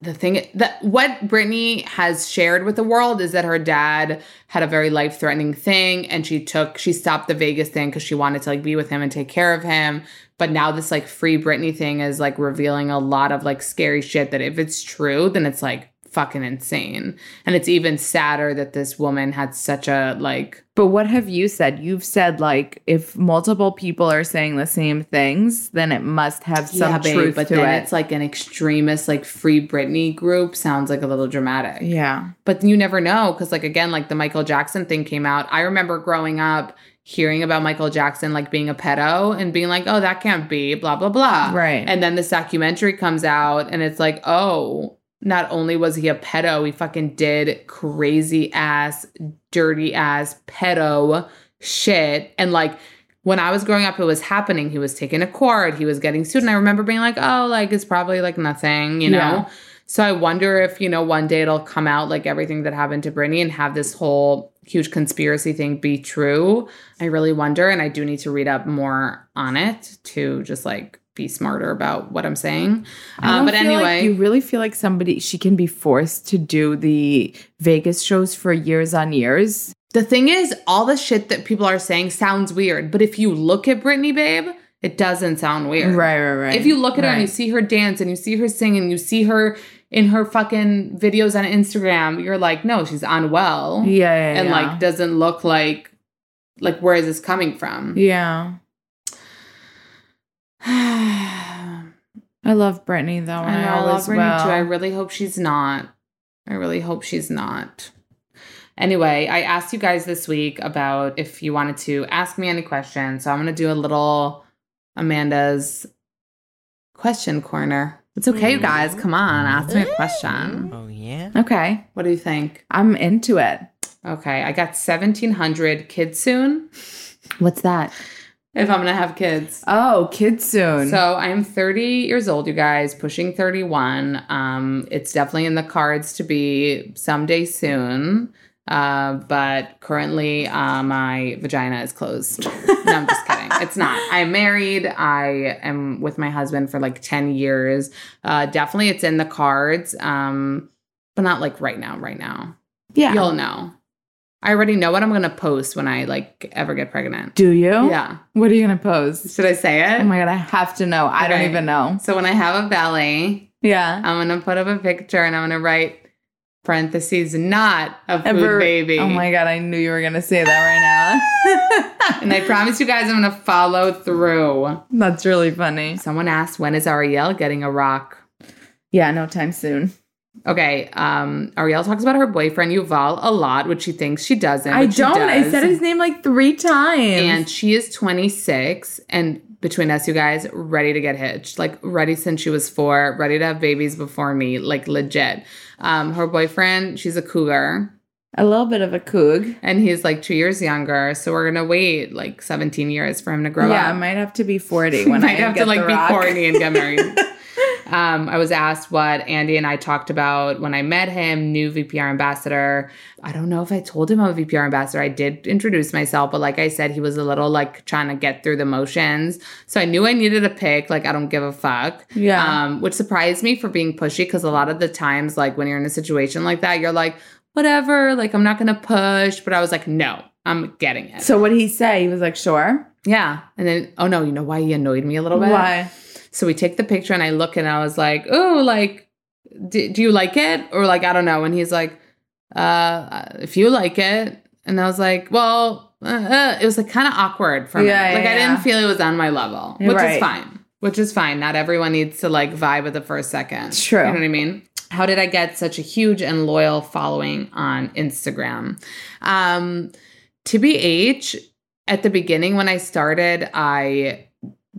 [SPEAKER 2] the thing that what Britney has shared with the world is that her dad had a very life threatening thing and she took she stopped the Vegas thing because she wanted to like be with him and take care of him. But now this like free Britney thing is like revealing a lot of like scary shit that if it's true, then it's like fucking insane. And it's even sadder that this woman had such a like
[SPEAKER 3] But what have you said? You've said like if multiple people are saying the same things, then it must have some
[SPEAKER 2] yeah, babe,
[SPEAKER 3] truth
[SPEAKER 2] but
[SPEAKER 3] to
[SPEAKER 2] then
[SPEAKER 3] it.
[SPEAKER 2] it's like an extremist like free Britney group sounds like a little dramatic.
[SPEAKER 3] yeah.
[SPEAKER 2] but you never know because like again like the michael jackson thing came out i remember growing up hearing about michael jackson like being a pedo and being like oh that can't be blah blah blah
[SPEAKER 3] Right.
[SPEAKER 2] and then this documentary comes out and it's like oh not only was he a pedo he fucking did crazy ass dirty ass pedo shit and like when I was growing up, it was happening. He was taking a court, he was getting sued. And I remember being like, oh, like it's probably like nothing, you know?
[SPEAKER 3] Yeah.
[SPEAKER 2] So I wonder if, you know, one day it'll come out like everything that happened to Britney and have this whole huge conspiracy thing be true. I really wonder. And I do need to read up more on it to just like be smarter about what I'm saying.
[SPEAKER 3] I
[SPEAKER 2] Uh,
[SPEAKER 3] don't
[SPEAKER 2] but
[SPEAKER 3] feel like-
[SPEAKER 2] anyway.
[SPEAKER 3] you really feel like somebody she can be forced to do the Vegas shows for years on years.
[SPEAKER 2] The thing is, all the shit that people are saying sounds weird, but if you look at Britney, babe, it doesn't sound weird.
[SPEAKER 3] Right, right, right.
[SPEAKER 2] If you look at her and you
[SPEAKER 3] Right.
[SPEAKER 2] see her dance and you see her sing and you see her in her fucking videos on Instagram, you're like, no, she's unwell.
[SPEAKER 3] yeah, yeah,
[SPEAKER 2] And
[SPEAKER 3] yeah.
[SPEAKER 2] like doesn't look like like where is this coming from?
[SPEAKER 3] yeah. I love Britney though.
[SPEAKER 2] I
[SPEAKER 3] and
[SPEAKER 2] know.
[SPEAKER 3] I
[SPEAKER 2] I love
[SPEAKER 3] always
[SPEAKER 2] Brittany too. I
[SPEAKER 3] will.
[SPEAKER 2] really hope she's not. I really hope she's not. Anyway, I asked you guys this week about if you wanted to ask me any questions. So I'm going to do a little Amanda's question corner. It's okay, you guys. Come on, ask me a question.
[SPEAKER 5] Oh yeah.
[SPEAKER 3] Okay,
[SPEAKER 2] What do you think?
[SPEAKER 3] I'm into it.
[SPEAKER 2] Okay, I got 1,700 kids soon
[SPEAKER 3] What's that?
[SPEAKER 2] if I'm going to have kids.
[SPEAKER 3] Oh, kids soon.
[SPEAKER 2] So I'm 30 years old, you guys, pushing 31. Um, it's definitely in the cards to be someday soon. Uh, but currently, uh, my vagina is closed. no, I'm just kidding. It's not. I'm married. I am with my husband for like 10 years. Uh, definitely, it's in the cards. Um, but not like right now. Right now,
[SPEAKER 3] yeah.
[SPEAKER 2] you'll know. I already know what I'm gonna post when I like ever get pregnant.
[SPEAKER 3] Do you?
[SPEAKER 2] Yeah.
[SPEAKER 3] What are you gonna post?
[SPEAKER 2] Should I say it?
[SPEAKER 3] Oh my god, I have to know. I
[SPEAKER 2] Okay.
[SPEAKER 3] don't even know.
[SPEAKER 2] so when I have a belly,
[SPEAKER 3] Yeah.
[SPEAKER 2] I'm gonna put up a picture and I'm gonna write parentheses not a food baby.
[SPEAKER 3] Oh my god, I knew you were gonna say that right now.
[SPEAKER 2] And I promise you guys I'm gonna follow through.
[SPEAKER 3] That's really funny.
[SPEAKER 2] Someone asked when is Ariel getting a rock?
[SPEAKER 3] Yeah, no time soon.
[SPEAKER 2] Okay, um, Ariel talks about her boyfriend Yuval a lot, which she thinks she doesn't.
[SPEAKER 3] I
[SPEAKER 2] but she
[SPEAKER 3] don't. I
[SPEAKER 2] does.
[SPEAKER 3] said his name like three times.
[SPEAKER 2] and she is 26 and between us you guys ready to get hitched like ready since she was four ready to have babies before me like legit um her boyfriend she's a cougar
[SPEAKER 3] a little bit of a coog.
[SPEAKER 2] and he's like two years younger. So we're gonna wait like 17 years for him to grow
[SPEAKER 3] Yeah, I
[SPEAKER 2] up.
[SPEAKER 3] might have to be forty when
[SPEAKER 2] might
[SPEAKER 3] I
[SPEAKER 2] have
[SPEAKER 3] get
[SPEAKER 2] to like
[SPEAKER 3] the
[SPEAKER 2] be
[SPEAKER 3] rock.
[SPEAKER 2] corny and get married. um, I was asked what Andy and I talked about when I met him, new VPR ambassador. I don't know if I told him I'm a VPR ambassador. I did introduce myself, but like I said, he was a little like trying to get through the motions. So I knew I needed a pick. Like I don't give a fuck.
[SPEAKER 3] Yeah.
[SPEAKER 2] Um, which surprised me for being pushy because a lot of the times, like when you're in a situation like that, you're like, whatever, like I'm not gonna push. But I was like, no, I'm getting it.
[SPEAKER 3] So what did he say? He was like, "Sure."
[SPEAKER 2] Yeah. And then, oh no, you know why he annoyed me a little bit?
[SPEAKER 3] Why?
[SPEAKER 2] So we take the picture and I look and I was like, oh, like, d- do you like it? Or like, I don't know. And he's like, uh, if you like it. And I was like, well, uh, uh. it was like kind of awkward for me.
[SPEAKER 3] Yeah, yeah,
[SPEAKER 2] like, I didn't
[SPEAKER 3] yeah.
[SPEAKER 2] feel it was on my level,
[SPEAKER 3] You're
[SPEAKER 2] which is
[SPEAKER 3] right.
[SPEAKER 2] fine. Which is fine. Not everyone needs to like vibe at the first second.
[SPEAKER 3] True.
[SPEAKER 2] You know what I mean? How did I get such a huge and loyal following on Instagram? Um, TBH, at the beginning when I started, I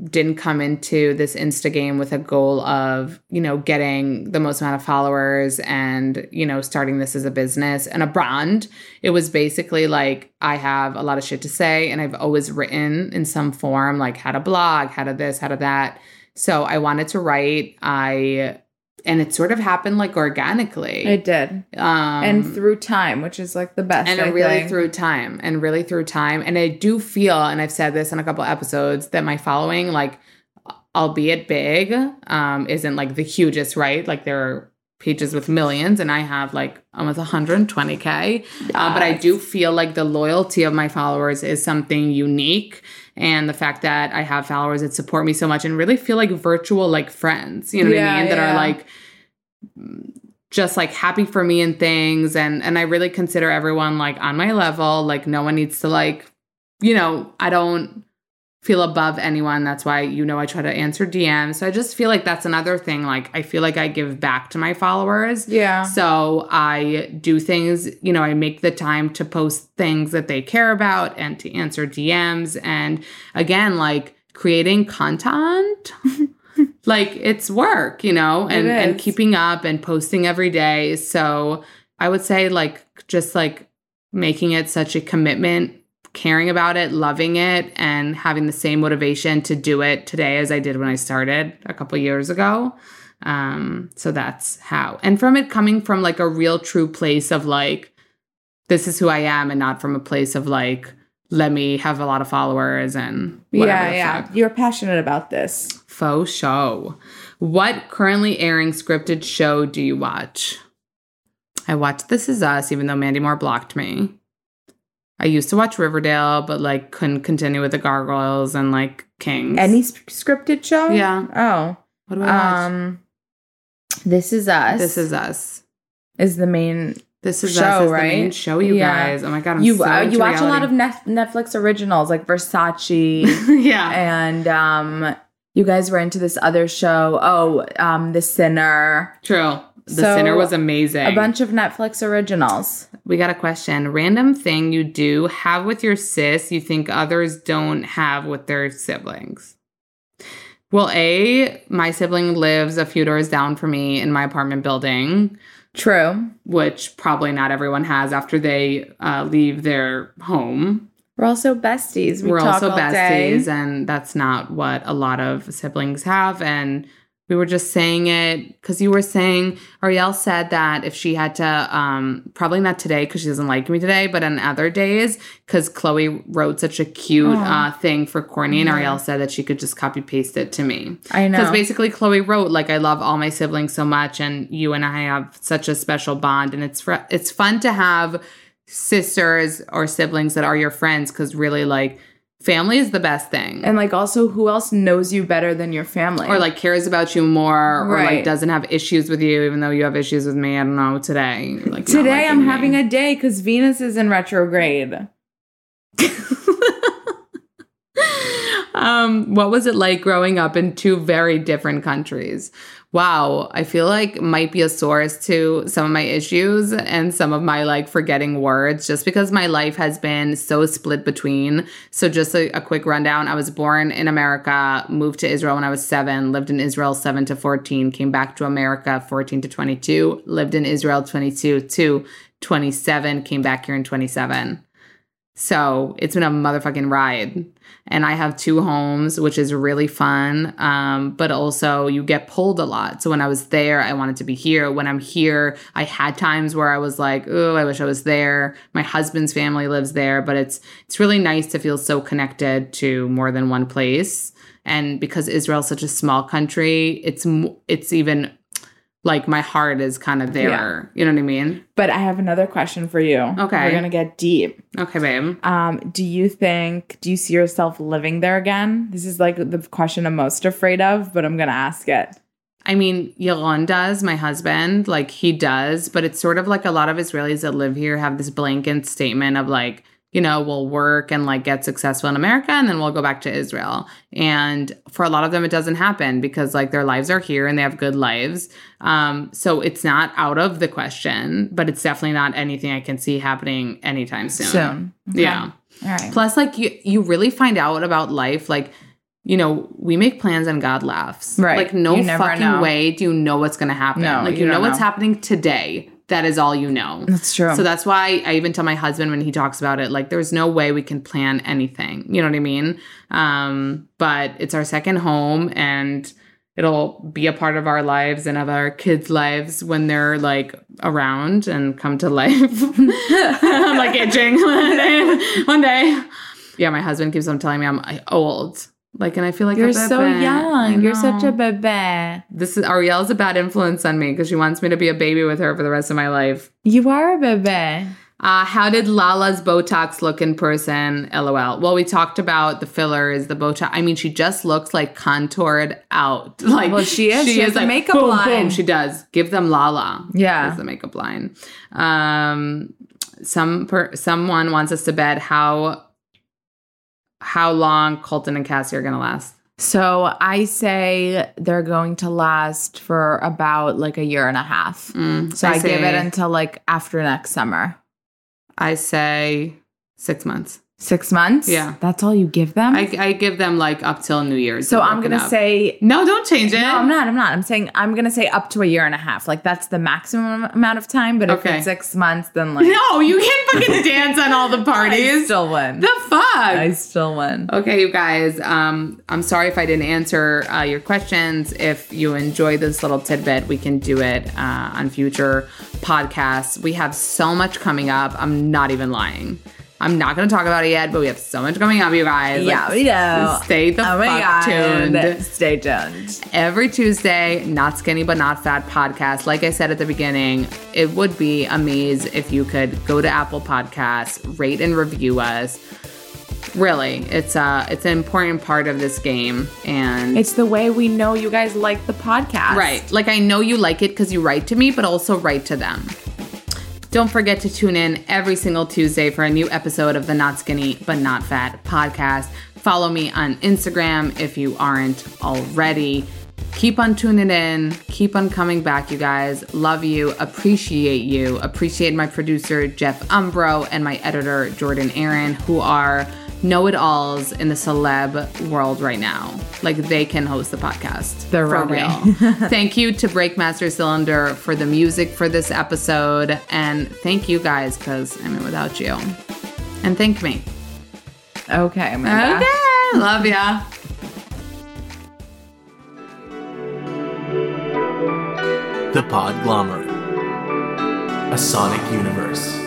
[SPEAKER 2] didn't come into this Insta game with a goal of, you know, getting the most amount of followers and, you know, starting this as a business and a brand. It was basically like I have a lot of shit to say and I've always written in some form, like how to blog, how to this, how to that. So I wanted to write. I and it sort of happened like organically.
[SPEAKER 3] It did,
[SPEAKER 2] um
[SPEAKER 3] and through time, which is like the best.
[SPEAKER 2] and
[SPEAKER 3] I
[SPEAKER 2] it really
[SPEAKER 3] think.
[SPEAKER 2] through time and really through time and i do feel and i've said this in a couple episodes that my following like albeit big um isn't like the hugest right like there are pages with millions and i have like almost 120k uh, but i do feel like the loyalty of my followers is something unique and the fact that i have followers that support me so much and really feel like virtual like friends you know what i
[SPEAKER 3] Yeah,
[SPEAKER 2] mean that are
[SPEAKER 3] yeah.
[SPEAKER 2] like just like happy for me and things and and I really consider everyone like on my level like no one needs to like you know I don't feel above anyone that's why you know I try to answer DMs so I just feel like that's another thing like I feel like I give back to my followers
[SPEAKER 3] Yeah.
[SPEAKER 2] so I do things, you know, I make the time to post things that they care about and to answer DMs. And again, like creating content, like it's work, you know, and, and
[SPEAKER 3] is.
[SPEAKER 2] keeping up and posting every day. So I would say, like, just like making it such a commitment caring about it, loving it, and having the same motivation to do it today as I did when I started a couple years ago. Um, so that's how. And from it coming from like a real true place of like, this is who I am, and not from a place of like, let me have a lot of followers and whatever
[SPEAKER 3] yeah,
[SPEAKER 2] the
[SPEAKER 3] yeah.
[SPEAKER 2] fuck.
[SPEAKER 3] You're passionate about this.
[SPEAKER 2] Faux show. What currently airing scripted show do you watch? I watch This Is Us, even though Mandy Moore blocked me. I used to watch Riverdale, but like couldn't continue with the Gargoyles and like Kings.
[SPEAKER 3] Any sp- scripted show?
[SPEAKER 2] Yeah.
[SPEAKER 3] Oh.
[SPEAKER 2] what do I watch?
[SPEAKER 3] Um, this is us.
[SPEAKER 2] this is us.
[SPEAKER 3] is the main.
[SPEAKER 2] This is us
[SPEAKER 3] Show,
[SPEAKER 2] is the main
[SPEAKER 3] right?
[SPEAKER 2] show, you
[SPEAKER 3] Yeah.
[SPEAKER 2] guys. Oh my god, I'm
[SPEAKER 3] You
[SPEAKER 2] so
[SPEAKER 3] uh,
[SPEAKER 2] into
[SPEAKER 3] you watch a lot
[SPEAKER 2] reality.
[SPEAKER 3] of Nef- Netflix originals like Versace,
[SPEAKER 2] yeah.
[SPEAKER 3] and um, you guys were into this other show. Oh, um, The Sinner.
[SPEAKER 2] True. The
[SPEAKER 3] So,
[SPEAKER 2] Sinner was amazing.
[SPEAKER 3] A bunch of Netflix originals.
[SPEAKER 2] We got a question. Random thing you do have with your sis you think others don't have with their siblings. Well, A, my sibling lives a few doors down from me in my apartment building,
[SPEAKER 3] True.
[SPEAKER 2] which probably not everyone has after they uh, leave their home.
[SPEAKER 3] We're also besties. We
[SPEAKER 2] We're
[SPEAKER 3] talk
[SPEAKER 2] also
[SPEAKER 3] all day.
[SPEAKER 2] besties, and that's not what a lot of siblings have. And we were just saying it because you were saying Ariel said that if she had to, um, probably not today because she doesn't like me today, but on other days because Chloe wrote such a cute uh, thing for Courtney, and Ariel said that she could just copy paste it to me.
[SPEAKER 3] I know.
[SPEAKER 2] Because basically, Chloe wrote like, "I love all my siblings so much, and you and I have such a special bond, and it's fr- it's fun to have sisters or siblings that are your friends because really, like, family is the best thing,
[SPEAKER 3] And like, also, who else knows you better than your family?
[SPEAKER 2] or like cares about you more, or like
[SPEAKER 3] Right.
[SPEAKER 2] doesn't have issues with you, even though you have issues with me. I don't know today. you're, Like not
[SPEAKER 3] today,
[SPEAKER 2] liking
[SPEAKER 3] I'm
[SPEAKER 2] me.
[SPEAKER 3] having a day because Venus is in retrograde.
[SPEAKER 2] um, what was it like growing up in two very different countries? Wow, I feel like might be a source to some of my issues and some of my like forgetting words just because my life has been so split between. So, just a, a quick rundown I was born in America, moved to Israel when I was seven, lived in Israel 7 to 14, came back to America 14 to 22, lived in Israel 22 to 27, came back here in 27. So it's been a motherfucking ride. And I have two homes, which is really fun. Um, but also, you get pulled a lot. So when I was there, I wanted to be here. When I'm here, I had times where I was like, "Oh, I wish I was there." My husband's family lives there, but it's it's really nice to feel so connected to more than one place. And because Israel's such a small country, it's m- it's even like my heart is kind of there. You know what I mean?
[SPEAKER 3] But I have another question for you.
[SPEAKER 2] Okay.
[SPEAKER 3] We're going to get deep.
[SPEAKER 2] Okay, babe.
[SPEAKER 3] Um, do you think, do you see yourself living there again? This is like the question I'm most afraid of, but I'm going to ask it.
[SPEAKER 2] I mean, Yaron does, my husband, like he does, but it's sort of like a lot of Israelis that live here have this blanket statement of like, you know, we'll work and like get successful in America and then we'll go back to Israel. And for a lot of them, it doesn't happen because like their lives are here and they have good lives. Um, so it's not out of the question, but it's definitely not anything I can see happening anytime soon.
[SPEAKER 3] Soon. Okay.
[SPEAKER 2] Yeah.
[SPEAKER 3] All right.
[SPEAKER 2] Plus, like you, you really find out about life. Like, you know, we make plans and God laughs.
[SPEAKER 3] Right.
[SPEAKER 2] Like, no
[SPEAKER 3] You never
[SPEAKER 2] fucking
[SPEAKER 3] know.
[SPEAKER 2] way do you know what's going to happen.
[SPEAKER 3] No,
[SPEAKER 2] like, you,
[SPEAKER 3] you
[SPEAKER 2] know
[SPEAKER 3] don't
[SPEAKER 2] what's
[SPEAKER 3] know.
[SPEAKER 2] happening today. That is all you know.
[SPEAKER 3] That's true.
[SPEAKER 2] So that's why I even tell my husband when he talks about it, like, there's no way we can plan anything. You know what I mean? Um, but it's our second home and it'll be a part of our lives and of our kids' lives when they're like around and come to life. I'm like itching one day. One day. Yeah, my husband keeps on telling me I'm old. Like, and I feel like
[SPEAKER 3] You're
[SPEAKER 2] a
[SPEAKER 3] so
[SPEAKER 2] bebe. I
[SPEAKER 3] young. You're such
[SPEAKER 2] know
[SPEAKER 3] a bebe.
[SPEAKER 2] this is Arielle's a bad influence on me because she wants me to be a baby with her for the rest of my life.
[SPEAKER 3] You are a bebe.
[SPEAKER 2] Uh, how did Lala's Botox look in person? LOL. Well, we talked about the fillers, the Botox. I mean, she just looks like contoured out. Like,
[SPEAKER 3] Well, she is. She has the makeup
[SPEAKER 2] boom,
[SPEAKER 3] line.
[SPEAKER 2] Boom, she does. Give them Lala.
[SPEAKER 3] Yeah.
[SPEAKER 2] is the makeup line. Um, some per- someone wants us to bet how how long Colton and Cassie are gonna last.
[SPEAKER 3] So I say they're going to last for about like a year and a half.
[SPEAKER 2] Mm,
[SPEAKER 3] So I, give
[SPEAKER 2] say-
[SPEAKER 3] it until like after next summer.
[SPEAKER 2] I say six months.
[SPEAKER 3] Six months?
[SPEAKER 2] Yeah.
[SPEAKER 3] That's all you give them?
[SPEAKER 2] I, I give them like up till New Year's.
[SPEAKER 3] so
[SPEAKER 2] to
[SPEAKER 3] I'm
[SPEAKER 2] look it
[SPEAKER 3] going to
[SPEAKER 2] up.
[SPEAKER 3] say.
[SPEAKER 2] no, don't change it.
[SPEAKER 3] No, I'm not. I'm not. I'm saying I'm going to say up to a year and a half. Like, that's the maximum amount of time. But if
[SPEAKER 2] Okay.
[SPEAKER 3] it's six months, then like.
[SPEAKER 2] No, you can't fucking dance on all the
[SPEAKER 3] I
[SPEAKER 2] parties.
[SPEAKER 3] still win.
[SPEAKER 2] the fuck.
[SPEAKER 3] I still win.
[SPEAKER 2] Okay, you guys. Um, I'm sorry if I didn't answer uh, your questions. If you enjoy this little tidbit, we can do it uh, on future podcasts. We have so much coming up. I'm not even lying. I'm not going to talk about it yet, but we have so much coming up, you guys.
[SPEAKER 3] Yeah,
[SPEAKER 2] Like,
[SPEAKER 3] we know.
[SPEAKER 2] Stay the
[SPEAKER 3] Oh my
[SPEAKER 2] fuck
[SPEAKER 3] God.
[SPEAKER 2] tuned.
[SPEAKER 3] Stay tuned.
[SPEAKER 2] every Tuesday, Not Skinny But Not Fat podcast. Like I said at the beginning, it would be a maze if you could go to Apple Podcasts, rate and review us. Really, it's a it's an important part of this game, and
[SPEAKER 3] It's the way we know you guys like the podcast.
[SPEAKER 2] right. Like I know you like it because you write to me, but also write to them. Don't forget to tune in every single Tuesday for a new episode of the Not Skinny But Not Fat podcast. Follow me on Instagram if you aren't already. Keep on tuning in. Keep on coming back, you guys. Love you. Appreciate you. Appreciate my producer, Jeff Umbro, and my editor, Jordan Aaron, who are know it alls in the celeb world right now. Like, they can host the podcast.
[SPEAKER 3] They're
[SPEAKER 2] for
[SPEAKER 3] ready.
[SPEAKER 2] real. thank you to Breakmaster Cylinder for the music for this episode. And thank you guys, because I mean, without you. And thank me.
[SPEAKER 3] Okay. Amanda.
[SPEAKER 2] Okay. Love ya.
[SPEAKER 5] The Podglomerate. A Sonic Universe.